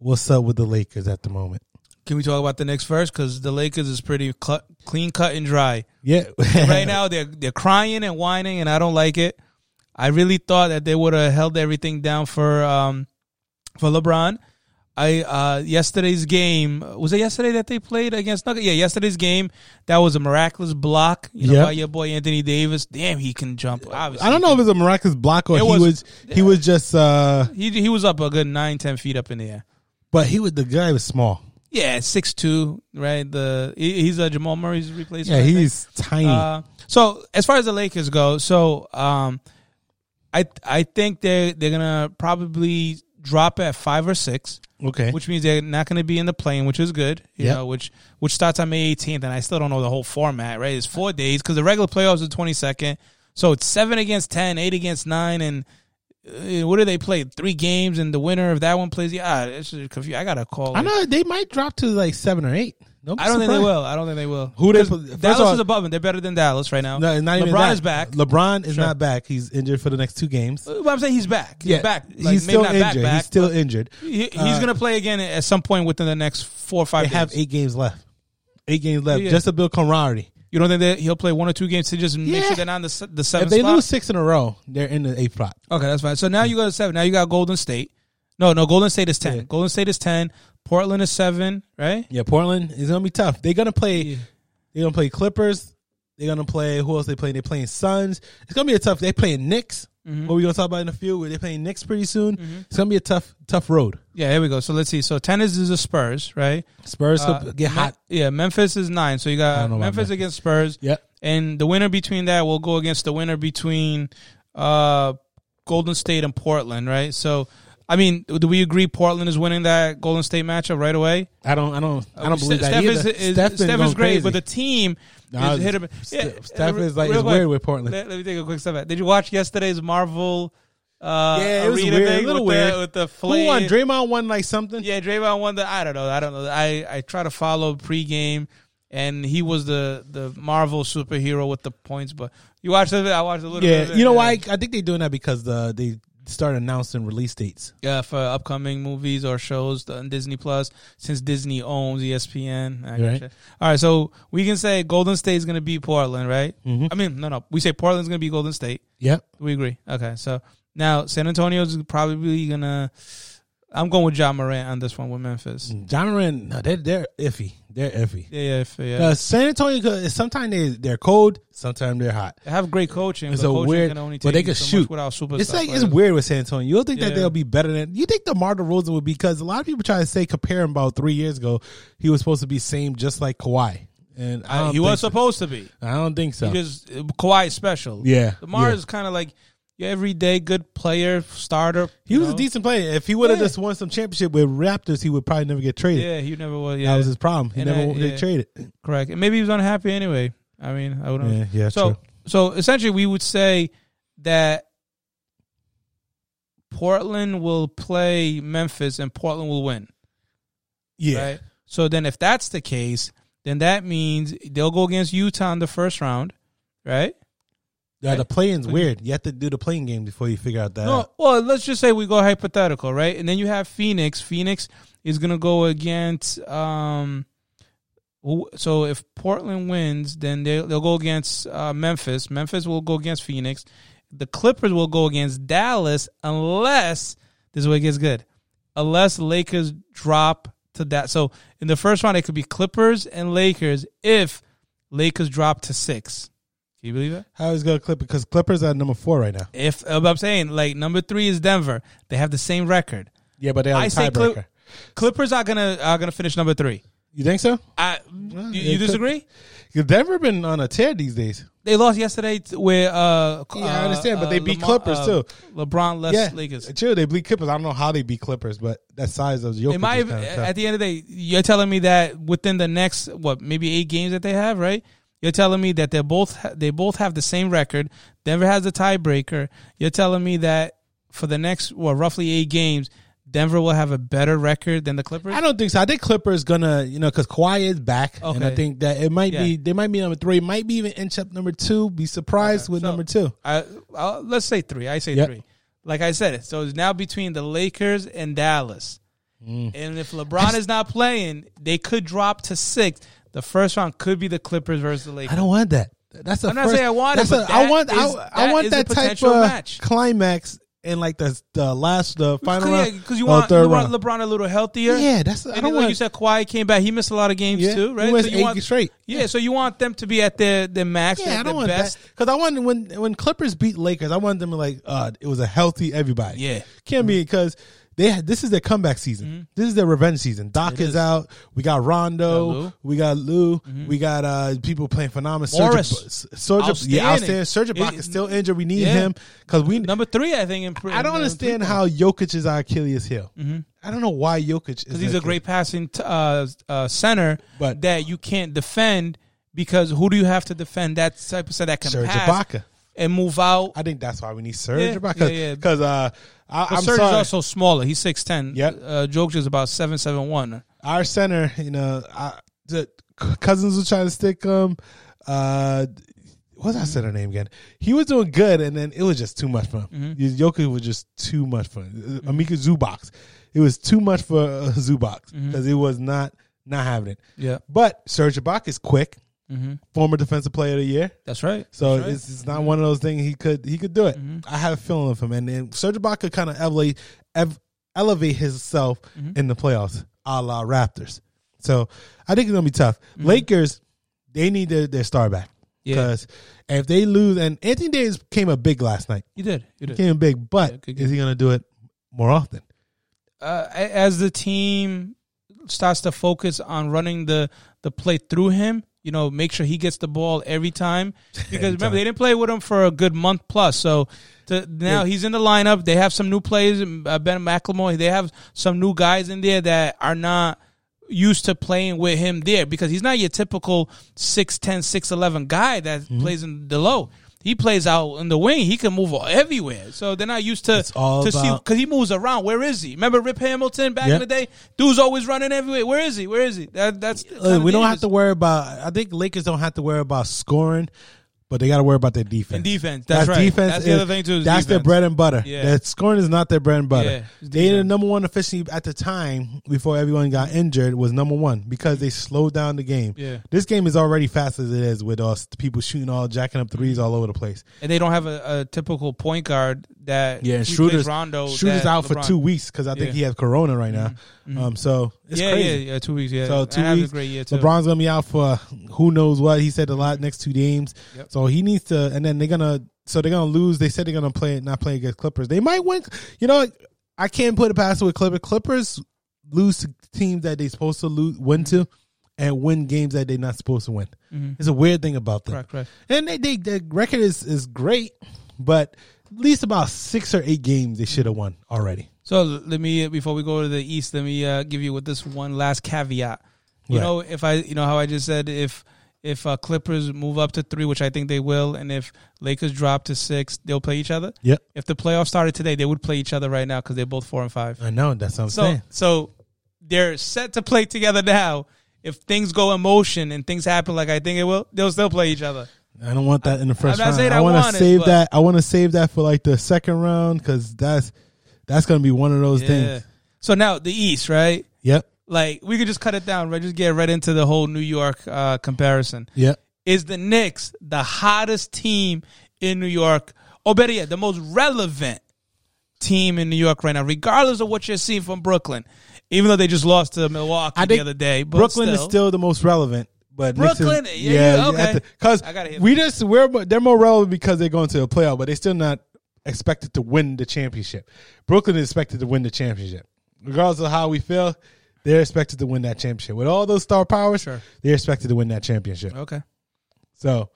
A: What's up with the Lakers at the moment?
B: can we talk about the Knicks first? Because the Lakers is pretty cl- clean cut and dry
A: <laughs> Yeah.
B: right now. They're they're crying and whining, and I don't like it. I really thought that they would have held everything down for um for LeBron. I uh yesterday's game was it yesterday that they played against Nuggets? Yeah, yesterday's game that was a miraculous block, you know,
A: Yeah.
B: by your boy Anthony Davis. Damn, he can jump. Obviously,
A: I don't know if it's a miraculous block or
B: It
A: he
B: was-
A: was, he was just uh
B: He he was up a good nine, ten feet up in the air.
A: but he was the guy was small.
B: Yeah, six two, right? The he, he's a Jamal Murray's replacement.
A: Yeah,
B: I think.
A: he's tiny.
B: Uh, so as far as the Lakers go, so um, I I think they they're gonna probably drop at five or six,
A: okay.
B: which means they're not gonna be in the plane, which is good. You
A: Yep.
B: know, which which starts on May 18th, and I still don't know the whole format. Right, it's four days because the regular playoffs is the 22nd, so it's seven against ten, eight against nine, and uh, what do they play? Three games, and the winner of that one plays. Yeah, it's just confusing. I gotta call.
A: I
B: it.
A: know they might drop to like seven or eight. Don't be
B: I don't think they
A: surprised.
B: will. I don't think they will.
A: Who they
B: 'Cause
A: put- first
B: Dallas
A: off-
B: is above them. They're better than Dallas right now.
A: No, it's not
B: LeBron
A: even that.
B: is back.
A: LeBron is
B: Sure.
A: not back. He's injured for the next two games.
B: But I'm saying he's back. He's back. Like,
A: he's
B: maybe
A: still
B: not
A: injured.
B: back, back.
A: he's still injured.
B: He- he's
A: Uh,
B: gonna play again at some point within the next four or
A: They
B: five.
A: have
B: games.
A: eight games left. Eight games left.
B: Yeah.
A: Just to build camaraderie.
B: You don't think that he'll play one or two games to just make
A: Yeah.
B: sure they're not in the s- the
A: If
B: seventh
A: they
B: spot?
A: lose six in a row, they're in the eighth spot.
B: Okay, that's fine. So now you go to seven. Now you got Golden State. No, no, Golden State is ten.
A: Yeah.
B: Golden State is ten. Portland is seven, right?
A: Yeah, Portland is gonna be tough. They're gonna play.
B: Yeah.
A: They're gonna play Clippers. They're gonna play. Who else they playing? They're playing Suns. It's gonna be a tough. They playing Knicks. What we gonna talk about in a few? Where they playing Knicks pretty soon. It's gonna be a tough, tough road.
B: Yeah, here we go. So let's see. So ten is, is the Spurs, right?
A: Spurs
B: Uh,
A: could get
B: Me-
A: hot.
B: yeah, Memphis is nine. So you
A: I
B: got
A: don't know about
B: Memphis
A: Memphis.
B: against Spurs,
A: Yep.
B: and the winner between that will go against the winner between uh, Golden State and Portland, right? So, I mean, do we agree Portland is winning that Golden State matchup right away?
A: I don't. I don't. I don't
B: Ste-
A: believe that
B: Steph
A: either.
B: Is, is,
A: Steph been
B: Steph
A: going
B: is great,
A: crazy.
B: but the team
A: Nah,
B: is hit him.
A: Steph- Steph is like-
B: real
A: is
B: quick.
A: weird with Portland.
B: Let, let me take a quick step back. Did you watch yesterday's Marvel? Uh,
A: yeah, it was
B: arena
A: weird. A
B: thing
A: little
B: with
A: weird
B: The, with the
A: Who
B: flame.
A: won? Draymond won like something.
B: Yeah, Draymond won the. I don't know. I don't know. I I try to follow pregame, and he was the the Marvel superhero with the points. But you watched it. I watched a little. bit
A: Yeah,
B: of it,
A: you know
B: and-
A: why? I think they're doing that because uh, they start announcing release dates.
B: Yeah, for upcoming movies or shows on Disney Plus, since Disney owns E ESPN. I
A: Right.
B: gotcha. All right, so we can say Golden State is going to be Portland, right?
A: Mm-hmm.
B: I mean, no, no, we say Portland's going to be Golden State.
A: Yep.
B: We agree. Okay, so now San Antonio's probably going to. I'm going with John Morant on this one with Memphis.
A: John Moran, no, they're they're iffy. They're iffy.
B: Yeah, yeah, if- yeah.
A: Uh, San Antonio, could- sometimes they they're cold, sometimes they're hot.
B: They have great coaching.
A: It's
B: but
A: a
B: coaching
A: weird-
B: can only
A: but
B: take
A: they
B: you
A: can
B: so much
A: shoot.
B: without superstar.
A: It's like it's
B: players.
A: weird with San Antonio. You'll think
B: Yeah.
A: that they'll be better than you think. DeMar DeRozan would because a lot of people try to say compare him about three years ago. He was supposed to be same just like Kawhi, and I don't
B: Uh, he was
A: think so.
B: supposed to be.
A: I don't think so.
B: He just Kawhi is special.
A: Yeah,
B: Demar
A: yeah.
B: is kind of like your everyday good player starter.
A: He
B: you
A: was
B: know?
A: a decent player. If he would have
B: Yeah.
A: just won some championship with Raptors, he would probably never get traded.
B: Yeah, he never was. Yeah,
A: That was his problem. He
B: And
A: never
B: I-
A: wanted to
B: yeah.
A: get traded.
B: correct. And maybe he was unhappy anyway. I mean, I would.
A: Yeah,
B: not
A: yeah,
B: So,
A: true.
B: so essentially, we would say that Portland will play Memphis, and Portland will win.
A: Yeah,
B: Right. So then, if that's the case, then that means they'll go against Utah in the first round, right?
A: Yeah, the playing's weird. You have to do the playing game before you figure out that.
B: No, well, let's just say we go hypothetical, right? And then you have Phoenix. Phoenix is going to go against. Um, who- so if Portland wins, then they they'll go against uh, Memphis. Memphis will go against Phoenix. The Clippers will go against Dallas, unless this is where it gets good. Unless Lakers drop to that. So in the first round, it could be Clippers and Lakers if Lakers drop to six. Can you believe that?
A: How is gonna clip because Clippers are number four right now.
B: If uh, I'm saying like number three is Denver, they have the same record.
A: Yeah, but they are
B: I
A: a
B: say Clip-
A: Oh, tiebreaker.
B: Clippers are gonna are gonna finish number three.
A: You think so?
B: I you, you
A: they
B: disagree?
A: Because Denver been on a tear these days.
B: They lost yesterday t- with uh
A: Yeah, I
B: uh,
A: understand, but they beat Clippers, too.
B: LeBron less
A: yeah,
B: Lakers.
A: True, they beat Clippers. I don't know how they beat Clippers, but that size of Jokic
B: They might
A: is
B: have,
A: kind of tough.
B: at the end of the day, you're telling me that within the next what maybe eight games that they have, right? You're telling me that they are both ha- they both have the same record. Denver has the tiebreaker. You're telling me that for the next well roughly eight games, Denver will have a better record than the Clippers.
A: I don't think so. I think Clippers gonna, you know, because Kawhi is back, and I
B: Okay.
A: think that it might be
B: Yeah.
A: they might be number three, might be even inch up number two. Be surprised with
B: so-
A: number two.
B: I, I let's say three. I say
A: Yep.
B: three. Like I said, so it's now between the Lakers and Dallas.
A: Mm.
B: And if LeBron is not playing, they could drop to six. The first round could be the Clippers versus the Lakers.
A: I don't want that. That's a
B: I'm not
A: first-
B: saying I want it,
A: that's
B: but
A: a- I
B: that
A: want I-
B: is-
A: I,
B: that
A: want
B: is a
A: that type
B: potential
A: of
B: match.
A: climax in like the the last the final round
B: because you
A: or
B: want,
A: Oh, third
B: you want
A: round.
B: LeBron a little healthier.
A: Yeah, that's
B: And
A: I
B: then,
A: don't
B: like
A: want
B: you said, Kawhi came back. He missed a lot of games
A: Yeah,
B: too, right?
A: he missed
B: you
A: eight
B: want,
A: straight.
B: Yeah, so you want them to be at their their max.
A: Yeah,
B: their,
A: I don't
B: their
A: want
B: best.
A: that because I wanted when when Clippers beat Lakers, I wanted them to like uh it was a healthy everybody.
B: Yeah. Mm-hmm.
A: can't be because they had, this is their comeback season. This is their revenge season. Doc is. out. We got Rondo.
B: Lou. Mm-hmm.
A: we got Lou. We got uh people playing phenomenal.
B: Morris.
A: Serge, Serge yeah,
B: Outstanding.
A: outstanding. Serge Ibaka
B: It-
A: is still injured. We need
B: yeah.
A: him because we.
B: Number three, I think. In, um,
A: I don't understand how Jokic is our Achilles heel. I don't know why Jokic is.
B: because he's
A: our
B: a great passing t- uh, uh, center,
A: But-
B: that you can't defend because who do you have to defend that type of center that can
A: Serge
B: pass?
A: Ibaka.
B: and move out.
A: I think that's why we need
B: Yeah,
A: Serge
B: yeah, yeah.
A: because because uh, I,
B: But
A: I'm
B: Serge
A: sorry,
B: is also smaller. He's six ten.
A: Yep.
B: Uh, Jokic is about seven seven one.
A: our center, you know, I, the cousins was trying to stick him. Uh, what's our center name again? He was doing good, and then it was just too much for him. Jokic was just too much for him. Amika Zubox, it was too much for uh, <laughs> Zubox because it was not not having it.
B: Yeah.
A: But Serge Ibaka is quick,
B: Mm-hmm.
A: former Defensive Player of the Year.
B: That's right.
A: So
B: That's right. Mm-hmm.
A: it's, it's not one of those things he could he could do it. I have a feeling of him, and then Serge Ibaka kind of elevate ev- elevate himself
B: Mm-hmm.
A: in the playoffs, a la Raptors. So I think it's gonna be tough. Lakers, they need their, their star back
B: Mm-hmm. Yeah.
A: because if they lose, and Anthony Davis came up big last night,
B: You did. You did.
A: came up big, but
B: good
A: is he gonna do it more often?
B: uh, a- as the team starts to focus on running the the play through him, you know, make sure he gets the ball
A: <laughs>
B: every time. Because remember,
A: time.
B: they didn't play with him for a good month plus. So to, now he's in the lineup. They have some new players. Uh, ben McLemore. They have some new guys in there that are not used to playing with him there because he's not your typical 6'10", 6'11 guy that
A: Mm-hmm.
B: plays in the low. He plays out in the wing. He can move everywhere. So they're not used to
A: It's all
B: to see
A: about-
B: because he moves around. Where is he? Remember Rip Hamilton back in
A: Yep.
B: the day? Dude's always running everywhere. Where is he? Where is he? That, that's
A: Look, Uh, we don't have to worry about. I think Lakers don't have to worry about scoring, but they got to worry about their defense.
B: And defense, that's
A: Their
B: right.
A: Defense
B: That's the
A: is-
B: other thing, too, is
A: that's their
B: defense.
A: bread and butter.
B: Yeah.
A: That scoring is not their bread and butter.
B: Yeah,
A: they
B: it's
A: the
B: defense.
A: number one efficiency at the time before everyone got injured was number one because they slowed down the game.
B: Yeah.
A: This game is already fast as it is with us people shooting all jacking up threes all over the place.
B: And they don't have a, a typical point guard that
A: Yeah, and
B: replays
A: shooters
B: Rondo
A: shooters
B: that
A: out for
B: LeBron-
A: two weeks because I think
B: Yeah.
A: he has corona right now. Um, so it's
B: yeah,
A: crazy.
B: yeah, yeah, two weeks. Yeah,
A: So
B: And
A: two
B: having
A: weeks.
B: a great year too.
A: LeBron's gonna be out for who knows what. He said a lot next two games.
B: Yep.
A: So he needs to. And then they're gonna. So they're gonna lose. They said they're gonna play not play against Clippers. They might win. You know, I can't put it past with Clippers. Clippers lose to teams that they're supposed to lose, win
B: Mm-hmm.
A: to, and win games that they're not supposed to win. It's a weird thing about them.
B: Correct, correct.
A: And they, they the record is is great, but at least about six or eight games they should have won already.
B: So l- let me uh, before we go to the east, let me uh, give you with this one last caveat. You
A: Right.
B: know, if I, you know how I just said, if if uh, Clippers move up to three, which I think they will, and if Lakers drop to six, they'll play each other.
A: Yep.
B: If the playoffs started today, they would play each other right now because they're both four and five.
A: I know that's what I'm
B: So
A: saying.
B: so they're set to play together now. If things go in motion and things happen like I think it will, they'll still play each other.
A: I don't want that in the first
B: not
A: round.
B: saying
A: I
B: I
A: want to
B: want it,
A: save
B: but-
A: that. I want to save that for like the second round because that's that's gonna be one of those
B: Yeah.
A: things.
B: So now the East, right?
A: Yep.
B: Like we could just cut it down, right? Just get right into the whole New York uh, comparison.
A: Yep.
B: is the Knicks the hottest team in New York, or better yet, the most relevant team in New York right now, regardless of what you're seeing from Brooklyn. Even though they just lost to Milwaukee
A: I
B: the
A: think
B: other day, but
A: Brooklyn
B: still,
A: is still the most relevant. But
B: Brooklyn, yeah, yeah, okay.
A: Because
B: I gotta hear
A: we just we're they're more relevant because they're going to the playoff, but they're still not expected to win the championship. Brooklyn is expected to win the championship, regardless of how we feel. They're expected to win that championship with all those star powers.
B: Sure.
A: They're expected to win that championship.
B: okay.
A: So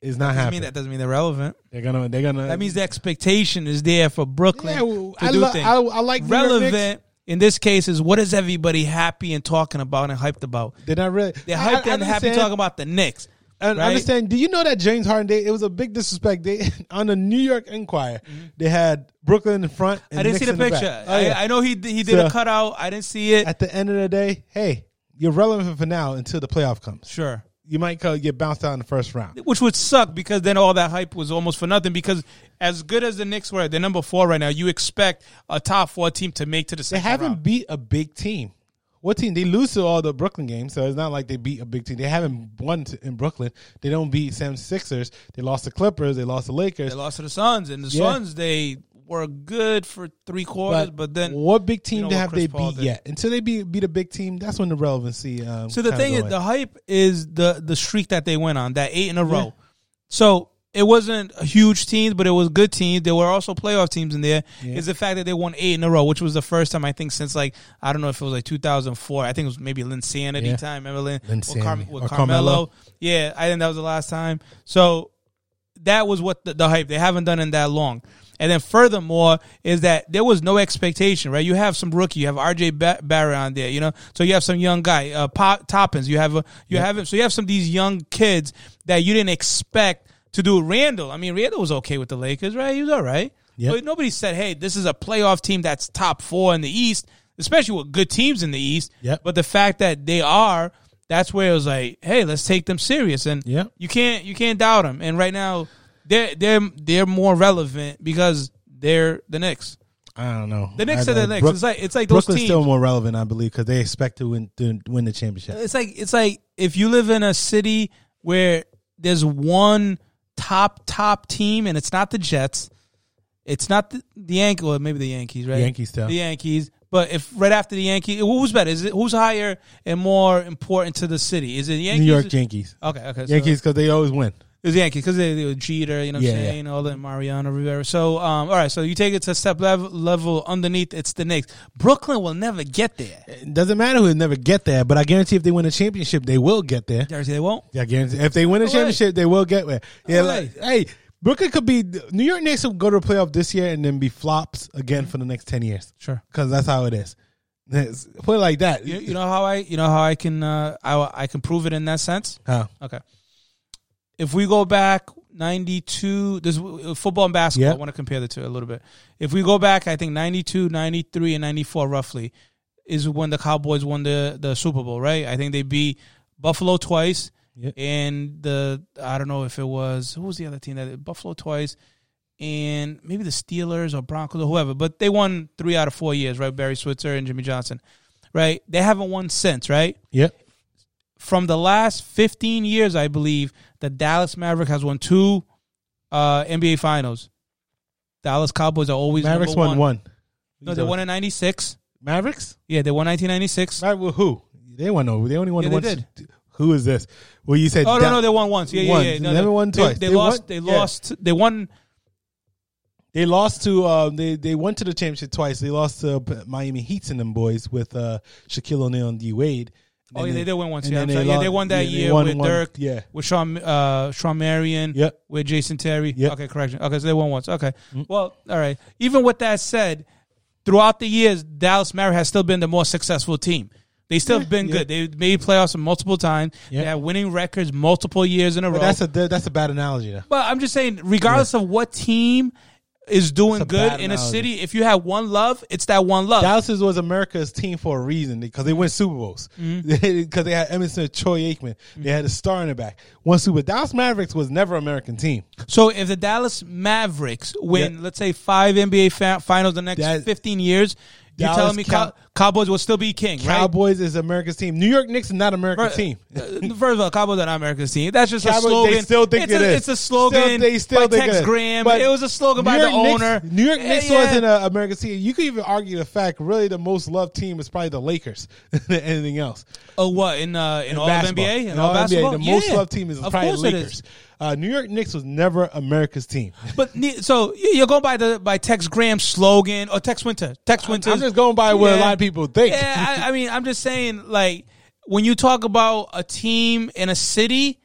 A: it's not
B: I mean
A: happening.
B: that doesn't mean they're relevant.
A: They're gonna. They're gonna.
B: That means the expectation is there for Brooklyn
A: Yeah, well,
B: to
A: I,
B: do
A: lo-
B: things.
A: I, I like New York Knicks.
B: relevant in this case is what is everybody happy and talking about and hyped about?
A: They're not really.
B: They're
A: I- I-
B: hyped
A: I
B: and happy
A: understand.
B: talking about the Knicks.
A: I
B: right?
A: understand. Do you know that James Harden? They, it was a big disrespect. They <laughs> on the New York Enquirer, they had Brooklyn in front. And
B: Mm-hmm. I didn't see the
A: Knicks in
B: picture.
A: back. Oh, yeah.
B: I, I know he he did
A: So-
B: a cutout. I didn't see it.
A: At the end of the day, hey, you're relevant for now until the playoff comes.
B: sure.
A: You might co- get bounced out in the first round.
B: which would suck because then all that hype was almost for nothing. Because as good as the Knicks were, they're number four right now. You expect a top four team to make to the
A: They
B: second
A: haven't
B: round.
A: beat a big team. What team? They lose to all the Brooklyn games, so it's not like they beat a big team. They haven't won to, in Brooklyn. They don't beat 76ers. They lost the Clippers. They lost the Lakers.
B: They lost to the Suns, and the
A: Yeah.
B: Suns they were good for three quarters, but, then
A: what big team
B: know
A: to
B: what
A: have
B: Chris
A: they
B: Paul
A: beat
B: did.
A: yet? Until they beat beat a big team, that's when the relevancy. Um,
B: So the
A: kinda
B: thing is,
A: go
B: the
A: in.
B: hype is the the streak that they went on, that eight in a row. So it wasn't a huge team, but it was good team. There were also playoff teams in there. Is the fact that they won eight in a row, which was the first time I think since like I don't know if it was like 2004. I think it was maybe Lynn Sanity
A: Yeah.
B: time. Remember Lynn,
A: Lynn
B: with, Car-
A: Sanity.
B: with
A: Or
B: Carmelo.
A: Carmelo.
B: Yeah, I think that was the last time. So that was what the, the hype they haven't done in that long. And then furthermore is that there was no expectation, right? You have some rookie, you have RJ ba- Barrett on there, you know. So you have some young guy, uh, Pop, Toppins. You have a, you have so you have some of these young kids that you didn't expect to do with Randall. I mean, Randall was okay with the Lakers, right? He was all right.
A: Yep.
B: But nobody said, hey, this is a playoff team that's top four in the East, especially with good teams in the East.
A: Yep.
B: But the fact that they are, that's where it was like, hey, let's take them serious. And
A: Yep.
B: you can't you can't doubt them. And right now, they're they're they're more relevant because they're the Knicks.
A: I don't know.
B: The Knicks
A: I,
B: are the
A: I-
B: Knicks.
A: Brook-
B: it's like it's like those
A: Brooklyn's
B: teams.
A: still more relevant, I believe, because they expect to win to win the championship.
B: it's like it's like if you live in a city where there's one top top team and it's not the Jets, it's not the, the Yankees, or maybe the Yankees, right?
A: The Yankees still.
B: the Yankees. But if right after the Yankees, who's better? Is it who's higher and more important to the city? Is it the Yankees?
A: New York Yankees.
B: Okay, okay. so-
A: Yankees because they always win.
B: it was Yankees because they, they were Jeter, you know what
A: Yeah,
B: I'm
A: yeah.
B: saying, all that Mariano Rivera. So, um, all right, so you take it to step level, level underneath, it's the Knicks. Brooklyn will never get there.
A: It doesn't matter who never get there, but I guarantee if they win a championship, they will get there.
B: Jersey, they won't.
A: Yeah, I guarantee if they win a
B: way.
A: championship, they will get there. Yeah,
B: No
A: like, hey, Brooklyn could be New York Knicks will go to the playoff this year and then be flops again for the next ten years
B: Sure.
A: because that's how it is. It's- put it like that.
B: You, you know how I, you know how I can, uh, I, I can prove it in that sense.
A: Huh.
B: Okay. If we go back 92, this uh, football and basketball,
A: Yeah.
B: I want to compare the two a little bit. If we go back, I think 92, 93, and 94 roughly is when the Cowboys won the, the Super Bowl, right? I think they beat Buffalo twice.
A: Yeah.
B: And the I don't know if it was who was the other team that Buffalo twice, and maybe the Steelers or Broncos or whoever, but they won three out of four years, right? Barry Switzer and Jimmy Johnson, right? They haven't won since, right?
A: Yep.
B: from the last 15 years, I believe, the Dallas Maverick has won two uh, NBA Finals. Dallas Cowboys are always
A: Mavericks
B: number
A: won one.
B: No, they won in '96.
A: Mavericks.
B: Yeah, they won 1996.
A: Right, well, who? They won no. They only won
B: Yeah, they
A: once. Who is this? Well, you said.
B: Oh no,
A: that-
B: no, they won once. Yeah,
A: Once.
B: yeah, yeah. No,
A: They never won twice.
B: They,
A: They
B: lost.
A: won-
B: They
A: yeah.
B: lost. They won.
A: They lost to um, they they went to the championship twice. They lost to uh, Miami Heats and them boys with uh, Shaquille O'Neal and D Wade. And
B: Oh
A: then
B: yeah, they did win once.
A: and
B: Yeah,
A: then
B: I'm sorry. yeah,
A: lost-
B: they won that
A: yeah, they
B: year
A: won
B: with
A: one-
B: Dirk.
A: Yeah,
B: with Sean uh Sean Marion,
A: Yep.
B: with Jason Terry.
A: Yep.
B: Okay, correction. Okay, so they won once. Okay.
A: Mm-hmm.
B: Well, all right. Even with that said, throughout the years, Dallas Maverick has still been the more successful team. They still have been
A: yeah.
B: good. They've made playoffs multiple times.
A: Yeah.
B: They have winning records multiple years in a
A: but
B: row.
A: that's a that's a bad analogy though.
B: But I'm just saying, regardless of what team is
A: It's
B: doing
A: a
B: good
A: bad
B: in a
A: analogy.
B: city, if you have one love, it's that one love.
A: Dallas is- was America's team for a reason because they won Super Bowls
B: Mm-hmm.
A: because <laughs> they had Emerson, Troy Aikman, they had a star in the back. One Super Dallas Mavericks was never an American team.
B: So if the Dallas Mavericks win,
A: Yeah.
B: let's say five NBA fa- finals the next
A: That-
B: 15 years, you
A: Dallas
B: telling me Cow-
A: Cow-
B: Cowboys will still be king,
A: Cowboys is America's team. New York Knicks is not American
B: right?
A: team.
B: Uh, First of all, Cowboys are not America's team. That's just a
A: <laughs> Cowboys,
B: slogan.
A: They still think
B: it's
A: it
B: a,
A: is.
B: It's a slogan
A: Still- they still
B: by
A: think
B: Tex
A: it is.
B: Graham.
A: But
B: it was a slogan by
A: New
B: the
A: York Knicks-
B: owner.
A: New York
B: Yeah,
A: Knicks
B: yeah.
A: wasn't an American team. You could even argue the fact really the most loved team is probably the Lakers <laughs> than anything else.
B: Oh, what in uh, in, all of
A: basketball.
B: NBA
A: In all NBA,
B: basketball?
A: the most
B: Yeah.
A: loved team is
B: Of
A: probably
B: course it
A: Lakers.
B: is.
A: Uh, New York Knicks was never America's team. <laughs>
B: But ne- so you- you're going by the by Tex Graham's slogan or Tex Winter. Tex Winter.
A: I'm just going by what a lot of people think.
B: Yeah, I, I mean, I'm just saying, like when you talk about a team in a city,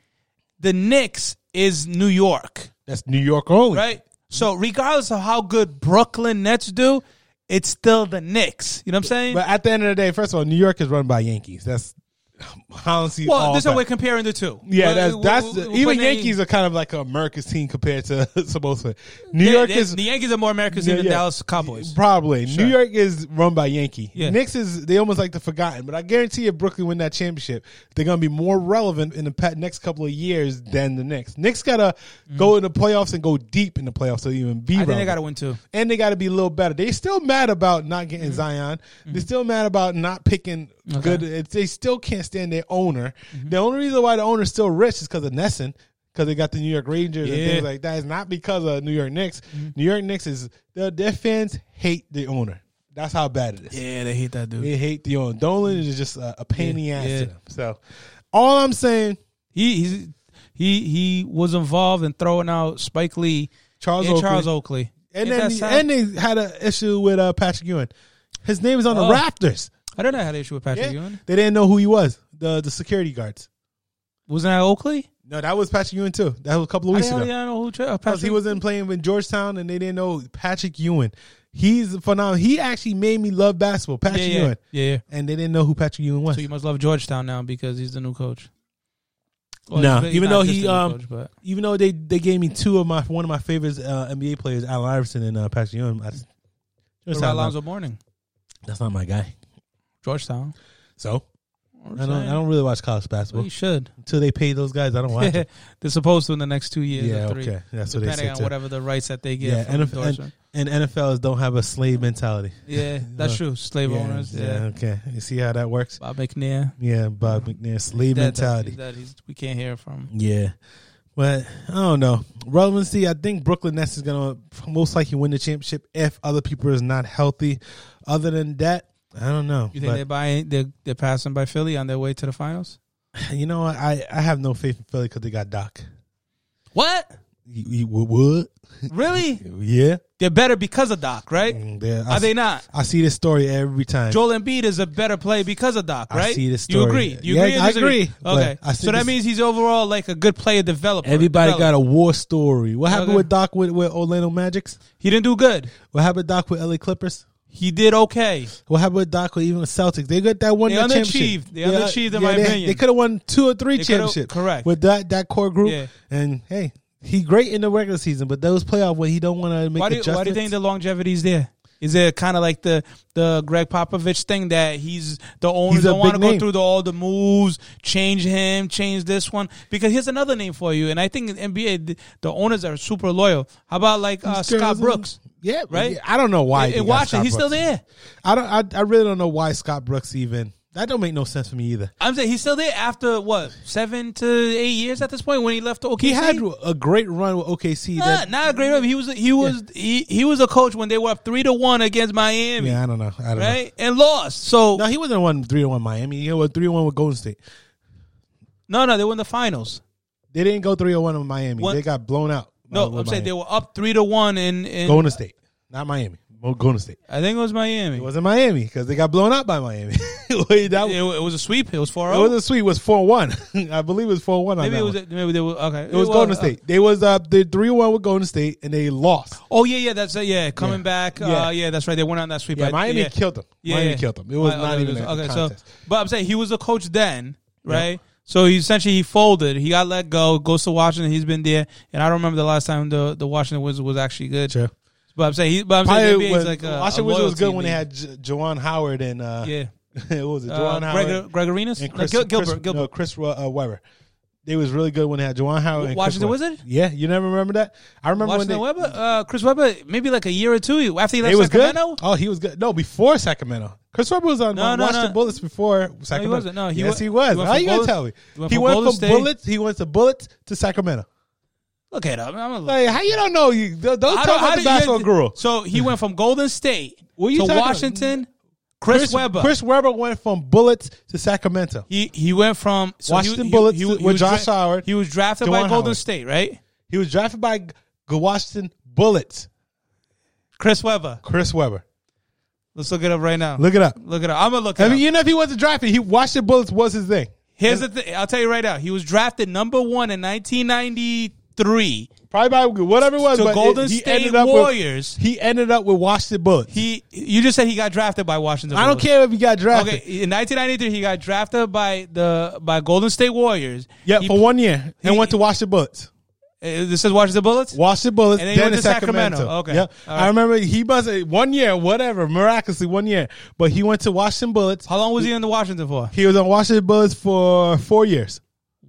B: the Knicks is New York,
A: That's New York only.
B: right? So regardless of how good Brooklyn Nets do, it's still the Knicks. You know what I'm saying?
A: But at the end of the day, first of all, New York is run by Yankees. That's <laughs> I don't see
B: well,
A: all
B: this is how
A: that.
B: we're comparing the two.
A: Yeah,
B: We're-
A: that's
B: we're-
A: that's
B: we're- we're
A: even
B: putting any-
A: Yankees are kind of like a America's team compared to <laughs> supposedly New
B: They-
A: York
B: they-
A: is
B: the Yankees are more American team
A: Yeah,
B: than
A: yeah.
B: Dallas Cowboys.
A: Probably. New York is run by Yankee.
B: Yeah.
A: Knicks is they almost like the forgotten, but I guarantee if Brooklyn win that championship, they're gonna be more relevant in the pa- next couple of years than the Knicks. Knicks gotta go in the playoffs and go deep in the playoffs to even be.
B: Mm. I think they
A: relevant.
B: got to win too.
A: and they gotta be a little better. They still mad about not getting
B: Mm-hmm.
A: Zion. They're still mad about not picking good. It's, they still can't stand their owner.
B: Mm-hmm.
A: The only reason why the owner's still rich is because of Nesson. Because they got the New York Rangers and
B: Yeah. Mm-hmm.
A: things like that. It's not because of New York Knicks. New York Knicks is their, their fans hate the owner. That's how bad it is.
B: Yeah, they hate that dude.
A: They hate the owner. Dolan is just a, a pain
B: Yeah,
A: in the ass
B: yeah.
A: to them. So all I'm saying,
B: He he's, he he was involved in throwing out Spike Lee
A: Charles
B: and
A: Oakley,
B: Charles Oakley.
A: and
B: Ain't
A: then
B: that
A: the-
B: sad?
A: and they had an issue with uh, Patrick Ewing. His name is on
B: Oh.
A: the Raptors.
B: I don't know how to issue with Patrick
A: Yeah.
B: Ewing.
A: They didn't know who he was. The the security guards.
B: Wasn't that Oakley?
A: No, that was Patrick Ewing too. That was a couple of
B: I
A: weeks
B: don't, I
A: ago.
B: don't know who Tra- uh,
A: Because
B: Patrick.
A: Oh, he wasn't playing with Georgetown, and they didn't know Patrick Ewing. He's phenomenal. He actually made me love basketball.
B: yeah,
A: Patrick
B: yeah,
A: Ewing,
B: yeah, yeah.
A: and they didn't know who Patrick Ewing was.
B: So you must love Georgetown now because he's the new coach. Well,
A: Nah,
B: he's been- he's
A: even
B: not
A: though
B: just
A: he,
B: a good
A: um,
B: coach, but
A: Even though they, they gave me two of my one of my favorites uh, NBA players, Allen Iverson and uh, Patrick Ewing, I just,
B: what
A: that's,
B: about
A: not
B: Alonzo Mourning,
A: my, that's not my guy.
B: Georgetown.
A: So
B: I'm
A: I don't
B: saying.
A: I don't really watch college
B: Well,
A: basketball
B: you should.
A: until they pay those guys. I don't <laughs>
B: <laughs>
A: watch.
B: They're
A: it.
B: supposed to in the next two years.
A: yeah,
B: or three,
A: okay, that's what they
B: depending
A: say.
B: on
A: too.
B: whatever the rights that they get.
A: Yeah,
B: from
A: and if-
B: endorsement.
A: <laughs> And NFLs don't have a slave mentality.
B: yeah, that's true. Slave owners. Yeah.
A: okay. You see how that works?
B: Bob McNair.
A: Yeah, Bob McNair, slave
B: That-
A: mentality.
B: That, that he's, we can't hear from.
A: Yeah. But I don't know. Relevancy, I think Brooklyn Nets is going to most likely win the championship if other people is not healthy. Other than that, I don't know.
B: You think they're buying? They're, they're passing by Philly on their way to the finals.
A: But, you know, what? I, I have no faith in Philly because they got Doc.
B: What?
A: You, you would? <laughs>
B: Really?
A: Yeah.
B: they're better because of Doc, right?
A: Mm, they're- I,
B: Are they
A: s-
B: not?
A: I see this story every time.
B: Joel Embiid is a better play because of Doc,
A: I
B: right?
A: see this
B: You
A: story.
B: agree? You
A: Yeah,
B: agree? or
A: I
B: disagree?
A: agree, but
B: Okay,
A: I see
B: so that
A: this-
B: means he's overall like a good player developer.
A: Everybody got
B: developer.
A: a war story. What happened
B: Okay.
A: with Doc with, with Orlando Magics?
B: He didn't do good.
A: What happened with Doc with LA Clippers?
B: He did okay.
A: What happened with Doc with even the Celtics? They got that one
B: They
A: that
B: underachieved.
A: championship.
B: They underachieved, in my
A: they,
B: opinion.
A: They could have won two or three
B: They coulda-
A: championships.
B: correct.
A: With that that core group.
B: Yeah.
A: And hey, he great in the regular season, but those playoff when he don't want to make
B: Why do, you,
A: adjustments.
B: why do you think the longevity is there? Is it kind of like the the Greg Popovich thing that he's the owner
A: He's a
B: don't want to
A: big
B: go
A: name.
B: through the, all the moves, change him, change this one? Because here's another name for you, and I think in NBA the, the owners are super loyal. How about like uh,
A: These girls
B: Scott
A: are-
B: Brooks?
A: Yeah,
B: Right?
A: yeah, I don't know why. they
B: In
A: got
B: Washington,
A: Scott
B: he's still
A: Brooks.
B: there.
A: I don't. I, I really don't know why Scott Brooks even. That don't make no sense for me either.
B: I'm saying he's still there after what seven to eight years at this point when he left the OKC.
A: He had a great run with OKC.
B: Nah,
A: that,
B: not a great. rep. He was he was he, he was a coach when they were up three to one against Miami,
A: yeah, I don't know. I don't know.
B: right, and lost. So
A: No, he wasn't one three to one Miami. He was three to one with Golden State.
B: no, no, they were in the finals.
A: They didn't go three to one with Miami.
B: One-
A: They got blown out.
B: No,
A: uh,
B: I'm
A: with
B: saying
A: Miami.
B: they were up three to one in, in
A: Golden State, not Miami. Well, Golden State.
B: I think it was Miami.
A: It wasn't Miami because they got blown out by Miami. <laughs> Wait, that
B: It,
A: it,
B: it was a sweep. It was four
A: it
B: zero.
A: wasn't sweet. It was four one. <laughs> I believe it was four one.
B: Maybe it was
A: It
B: maybe they were okay. It,
A: was Golden State. they was uh they three one with Golden State and they lost.
B: oh yeah, yeah. That's it. Yeah, coming back. Yeah.
A: Yeah.
B: Uh, yeah, that's right. They went on that sweep.
A: Yeah,
B: I-
A: Miami
B: yeah.
A: killed them.
B: Yeah,
A: Miami
B: yeah.
A: killed them. It was
B: Uh,
A: not
B: okay,
A: even
B: it
A: a
B: was- okay. So,
A: contest.
B: but I'm saying he was a coach then, right? So he essentially he folded. He got let go. Goes to Washington. He's been there, and I don't remember the last time the the Washington Wizards was actually good.
A: Sure.
B: But I'm saying, he, but I'm saying
A: Probably
B: the NBA is
A: when,
B: like a,
A: Washington
B: a
A: Wizards was
B: loyalty
A: good when they
B: league.
A: had J- Jawan Howard and uh, <laughs>
B: yeah,
A: what was it?
B: uh,
A: Jawan Howard
B: Gregor, Gregorinas,
A: and
B: No,
A: Chris,
B: Gil- Gilbert,
A: Chris,
B: Gilbert.
A: No, Chris uh, Webber. They was really good when they had Jawan Howard. And
B: Washington
A: Chris Webber.
B: Wizard?
A: Yeah, you never remember that? I remember
B: Washington
A: when they,
B: Webber, uh, Chris Webber, maybe like a year or two after he left
A: He was
B: Sacramento.
A: good. Oh, he was good. No, before Sacramento. Chris Webber was on
B: No,
A: no,
B: no,
A: Washington
B: no.
A: Bullets before Sacramento.
B: wasn't. No, he
A: yes,
B: wa-
A: he was.
B: he went
A: How
B: from
A: you gonna
B: Bullets-
A: tell me?
B: he went
A: He
B: from
A: went
B: Golden
A: from
B: State-
A: Bullets. He went to Bullets to Sacramento.
B: Look at him. I'm a-
A: Like how you don't know? You don't, don't
B: I
A: talk
B: don't- how
A: about
B: do
A: the
B: you-
A: basketball guru.
B: So he went from Golden State
A: What are you
B: to
A: talking about?
B: Washington. Chris, Webber.
A: Chris Webber went from Bullets to Sacramento.
B: He he went from so
A: Washington Bullets with Josh Howard,
B: He was drafted by
A: Juwan
B: Golden
A: Howard.
B: State, right?
A: He was drafted by G- Washington Bullets.
B: Chris Webber.
A: Chris Webber.
B: Let's look it up right now. Look,
A: Look it up.
B: it up. I'm gonna look it
A: I mean,
B: up.
A: even if he wasn't drafted, he Washington Bullets was his thing.
B: Here's the thing. I'll tell you right now. He was drafted number one in 1993.
A: Probably by whatever it was.
B: To
A: but it-
B: Golden
A: he
B: State
A: ended up with-
B: Warriors.
A: he ended up with Washington Bullets.
B: He you just said he got drafted by Washington.
A: I don't
B: Bullets.
A: care if he got drafted.
B: Okay, in 1993 he got drafted by the by Golden State Warriors.
A: Yeah,
B: He-
A: for one year, and
B: he-
A: went to Washington Bullets.
B: Uh, This is Washington Bullets.
A: Washington Bullets,
B: And then
A: then,
B: he went
A: to
B: to
A: Sacramento.
B: Sacramento. Okay.
A: Yep.
B: All right.
A: I remember he busted one year, whatever, miraculously one year, but he went to Washington Bullets.
B: How long was he in the Washington for?
A: He was on Washington Bullets for four years.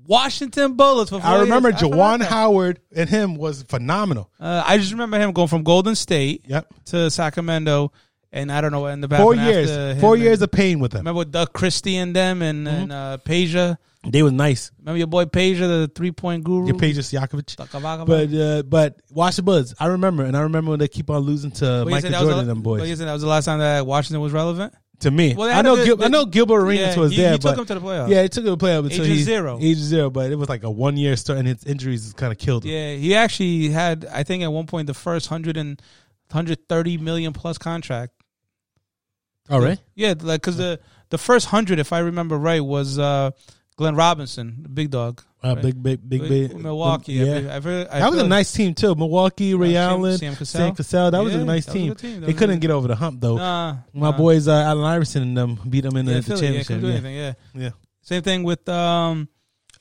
B: Washington Bullets. For four
A: I remember
B: years. forgot
A: Jawan
B: that.
A: Howard and him was phenomenal.
B: Uh, I just remember him going from Golden State
A: Yep.
B: to Sacramento, and I don't know what in the back.
A: Four years, four years Mm-hmm. of pain with him.
B: Remember with Doug Christie and them and and uh, Peja.
A: They was nice.
B: Remember your boy Peja, the three point guru.
A: Your Pages Yakovich.
B: Takavakava?
A: But uh, but Washington Bullets, I remember, and I remember when they keep on losing to
B: But you
A: Michael
B: said that
A: Jordan
B: was
A: and
B: the-
A: them
B: But you
A: boys.
B: said that was the last time that Washington was relevant.
A: To me,
B: Well, they
A: I
B: had
A: know
B: a good-
A: Gil- I know Gilbert Arenas
B: Yeah,
A: was
B: he-
A: there.
B: he took
A: but-
B: him to the playoffs.
A: Yeah, he took him to the playoffs until
B: Age of
A: he,
B: zero.
A: Age of zero, but it was like a one year start, and his injuries kind of killed him.
B: Yeah, he actually had I think at one point the first hundred and hundred thirty million plus contract.
A: All right.
B: Yeah, like because the the first hundred, if I remember right, was uh, Glenn Robinson, the big dog,
A: Uh,
B: Right.
A: Big, big, big, big.
B: Milwaukee.
A: Yeah.
B: I, I, I,
A: that was a nice team too. Milwaukee, Ray
B: Sam-
A: Allen,
B: Sam
A: Sam
B: Cassell.
A: Cassell. That was
B: Yeah,
A: a nice
B: that was a
A: team.
B: good team. That
A: They
B: was
A: couldn't
B: good.
A: get over the hump though.
B: Nah,
A: My
B: nah.
A: boys, uh, Allen Iverson and them beat them in
B: yeah,
A: the, the
B: Philly, yeah, couldn't
A: championship.
B: do
A: Yeah.
B: anything. Yeah,
A: Yeah.
B: same thing with um,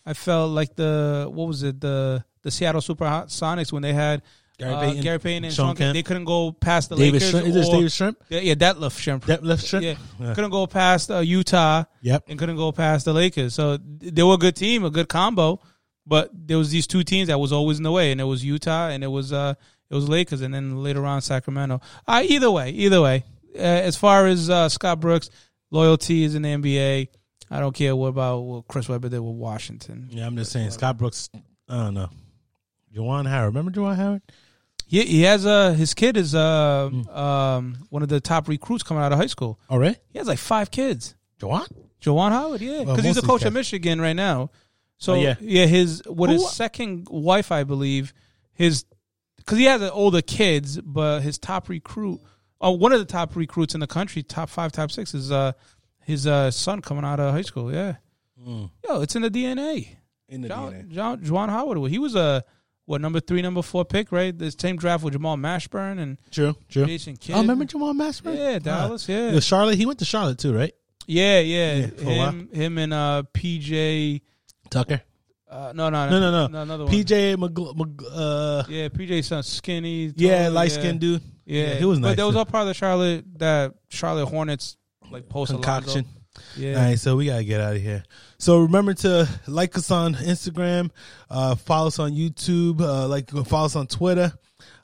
B: I felt like the what was it the the Seattle Supersonics when they had
A: Gary
B: uh,
A: Payton,
B: Gary Payton and
A: Sean
B: Sean Kemp.
A: Kemp.
B: They couldn't go past the
A: David
B: Lakers.
A: Shrimp. Is this
B: or-
A: David Shrimp?
B: Yeah, yeah, Detlef Shrimp.
A: That left Shrimp?
B: Yeah.
A: Yeah.
B: couldn't go past uh, Utah
A: Yep.
B: and couldn't go past the Lakers. So th- they were a good team, a good combo, but there was these two teams that was always in the way, and it was Utah and it was uh it was Lakers, and then later on Sacramento. Uh, either way, either way, uh, as far as uh, Scott Brooks loyalty is in the NBA, I don't care what about what Chris Webber did with Washington.
A: Yeah, I'm just saying. Scott Brooks, I don't know. Jawan Howard. Remember Jawan Howard?
B: He he has uh his kid is uh um one of the top recruits coming out of high school.
A: All right.
B: He has like five kids.
A: Jawan?
B: Jawan Howard, yeah,
A: Well,
B: because
A: most
B: he's a
A: of these
B: coach at
A: guys.
B: Michigan right now. So
A: Oh, yeah.
B: yeah. his what
A: Who-
B: his second wife, I believe, his because he has an older kids, but his top recruit, uh, one of the top recruits in the country, top five, top six, is uh his uh son coming out of high school. Yeah,
A: Mm.
B: yo, it's in the DNA.
A: In the
B: John, John Juwan Howard, he was a what number three, number four pick, right? The same draft with Jamal Mashburn and
A: True, true.
B: Jason Kidd.
A: Oh, remember Jawan Mashburn?
B: Yeah, Dallas, yeah.
A: Yeah, Charlotte. He went to Charlotte too, right?
B: yeah, yeah,
A: Yeah, oh, for a while.
B: him, him and uh PJ.
A: Tucker.
B: Uh, no, no,
A: No, no, no.
B: another one.
A: PJ McG- McG- uh,
B: Yeah, PJ sounds skinny. tall,
A: yeah, light skinned dude.
B: Yeah.
A: he was nice.
B: But that was all part of the Charlotte that Charlotte Hornets like post
A: concoction.
B: Alonzo. Yeah.
A: All right, so we gotta get out of here. So remember to like us on Instagram, uh, follow us on YouTube, uh, like follow us on Twitter.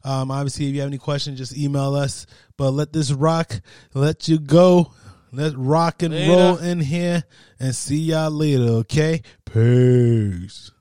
A: Um, obviously, if you have any questions, just email us. But let this rock, let you go, let rock and
B: Later.
A: roll in here, and see y'all later. Okay, peace.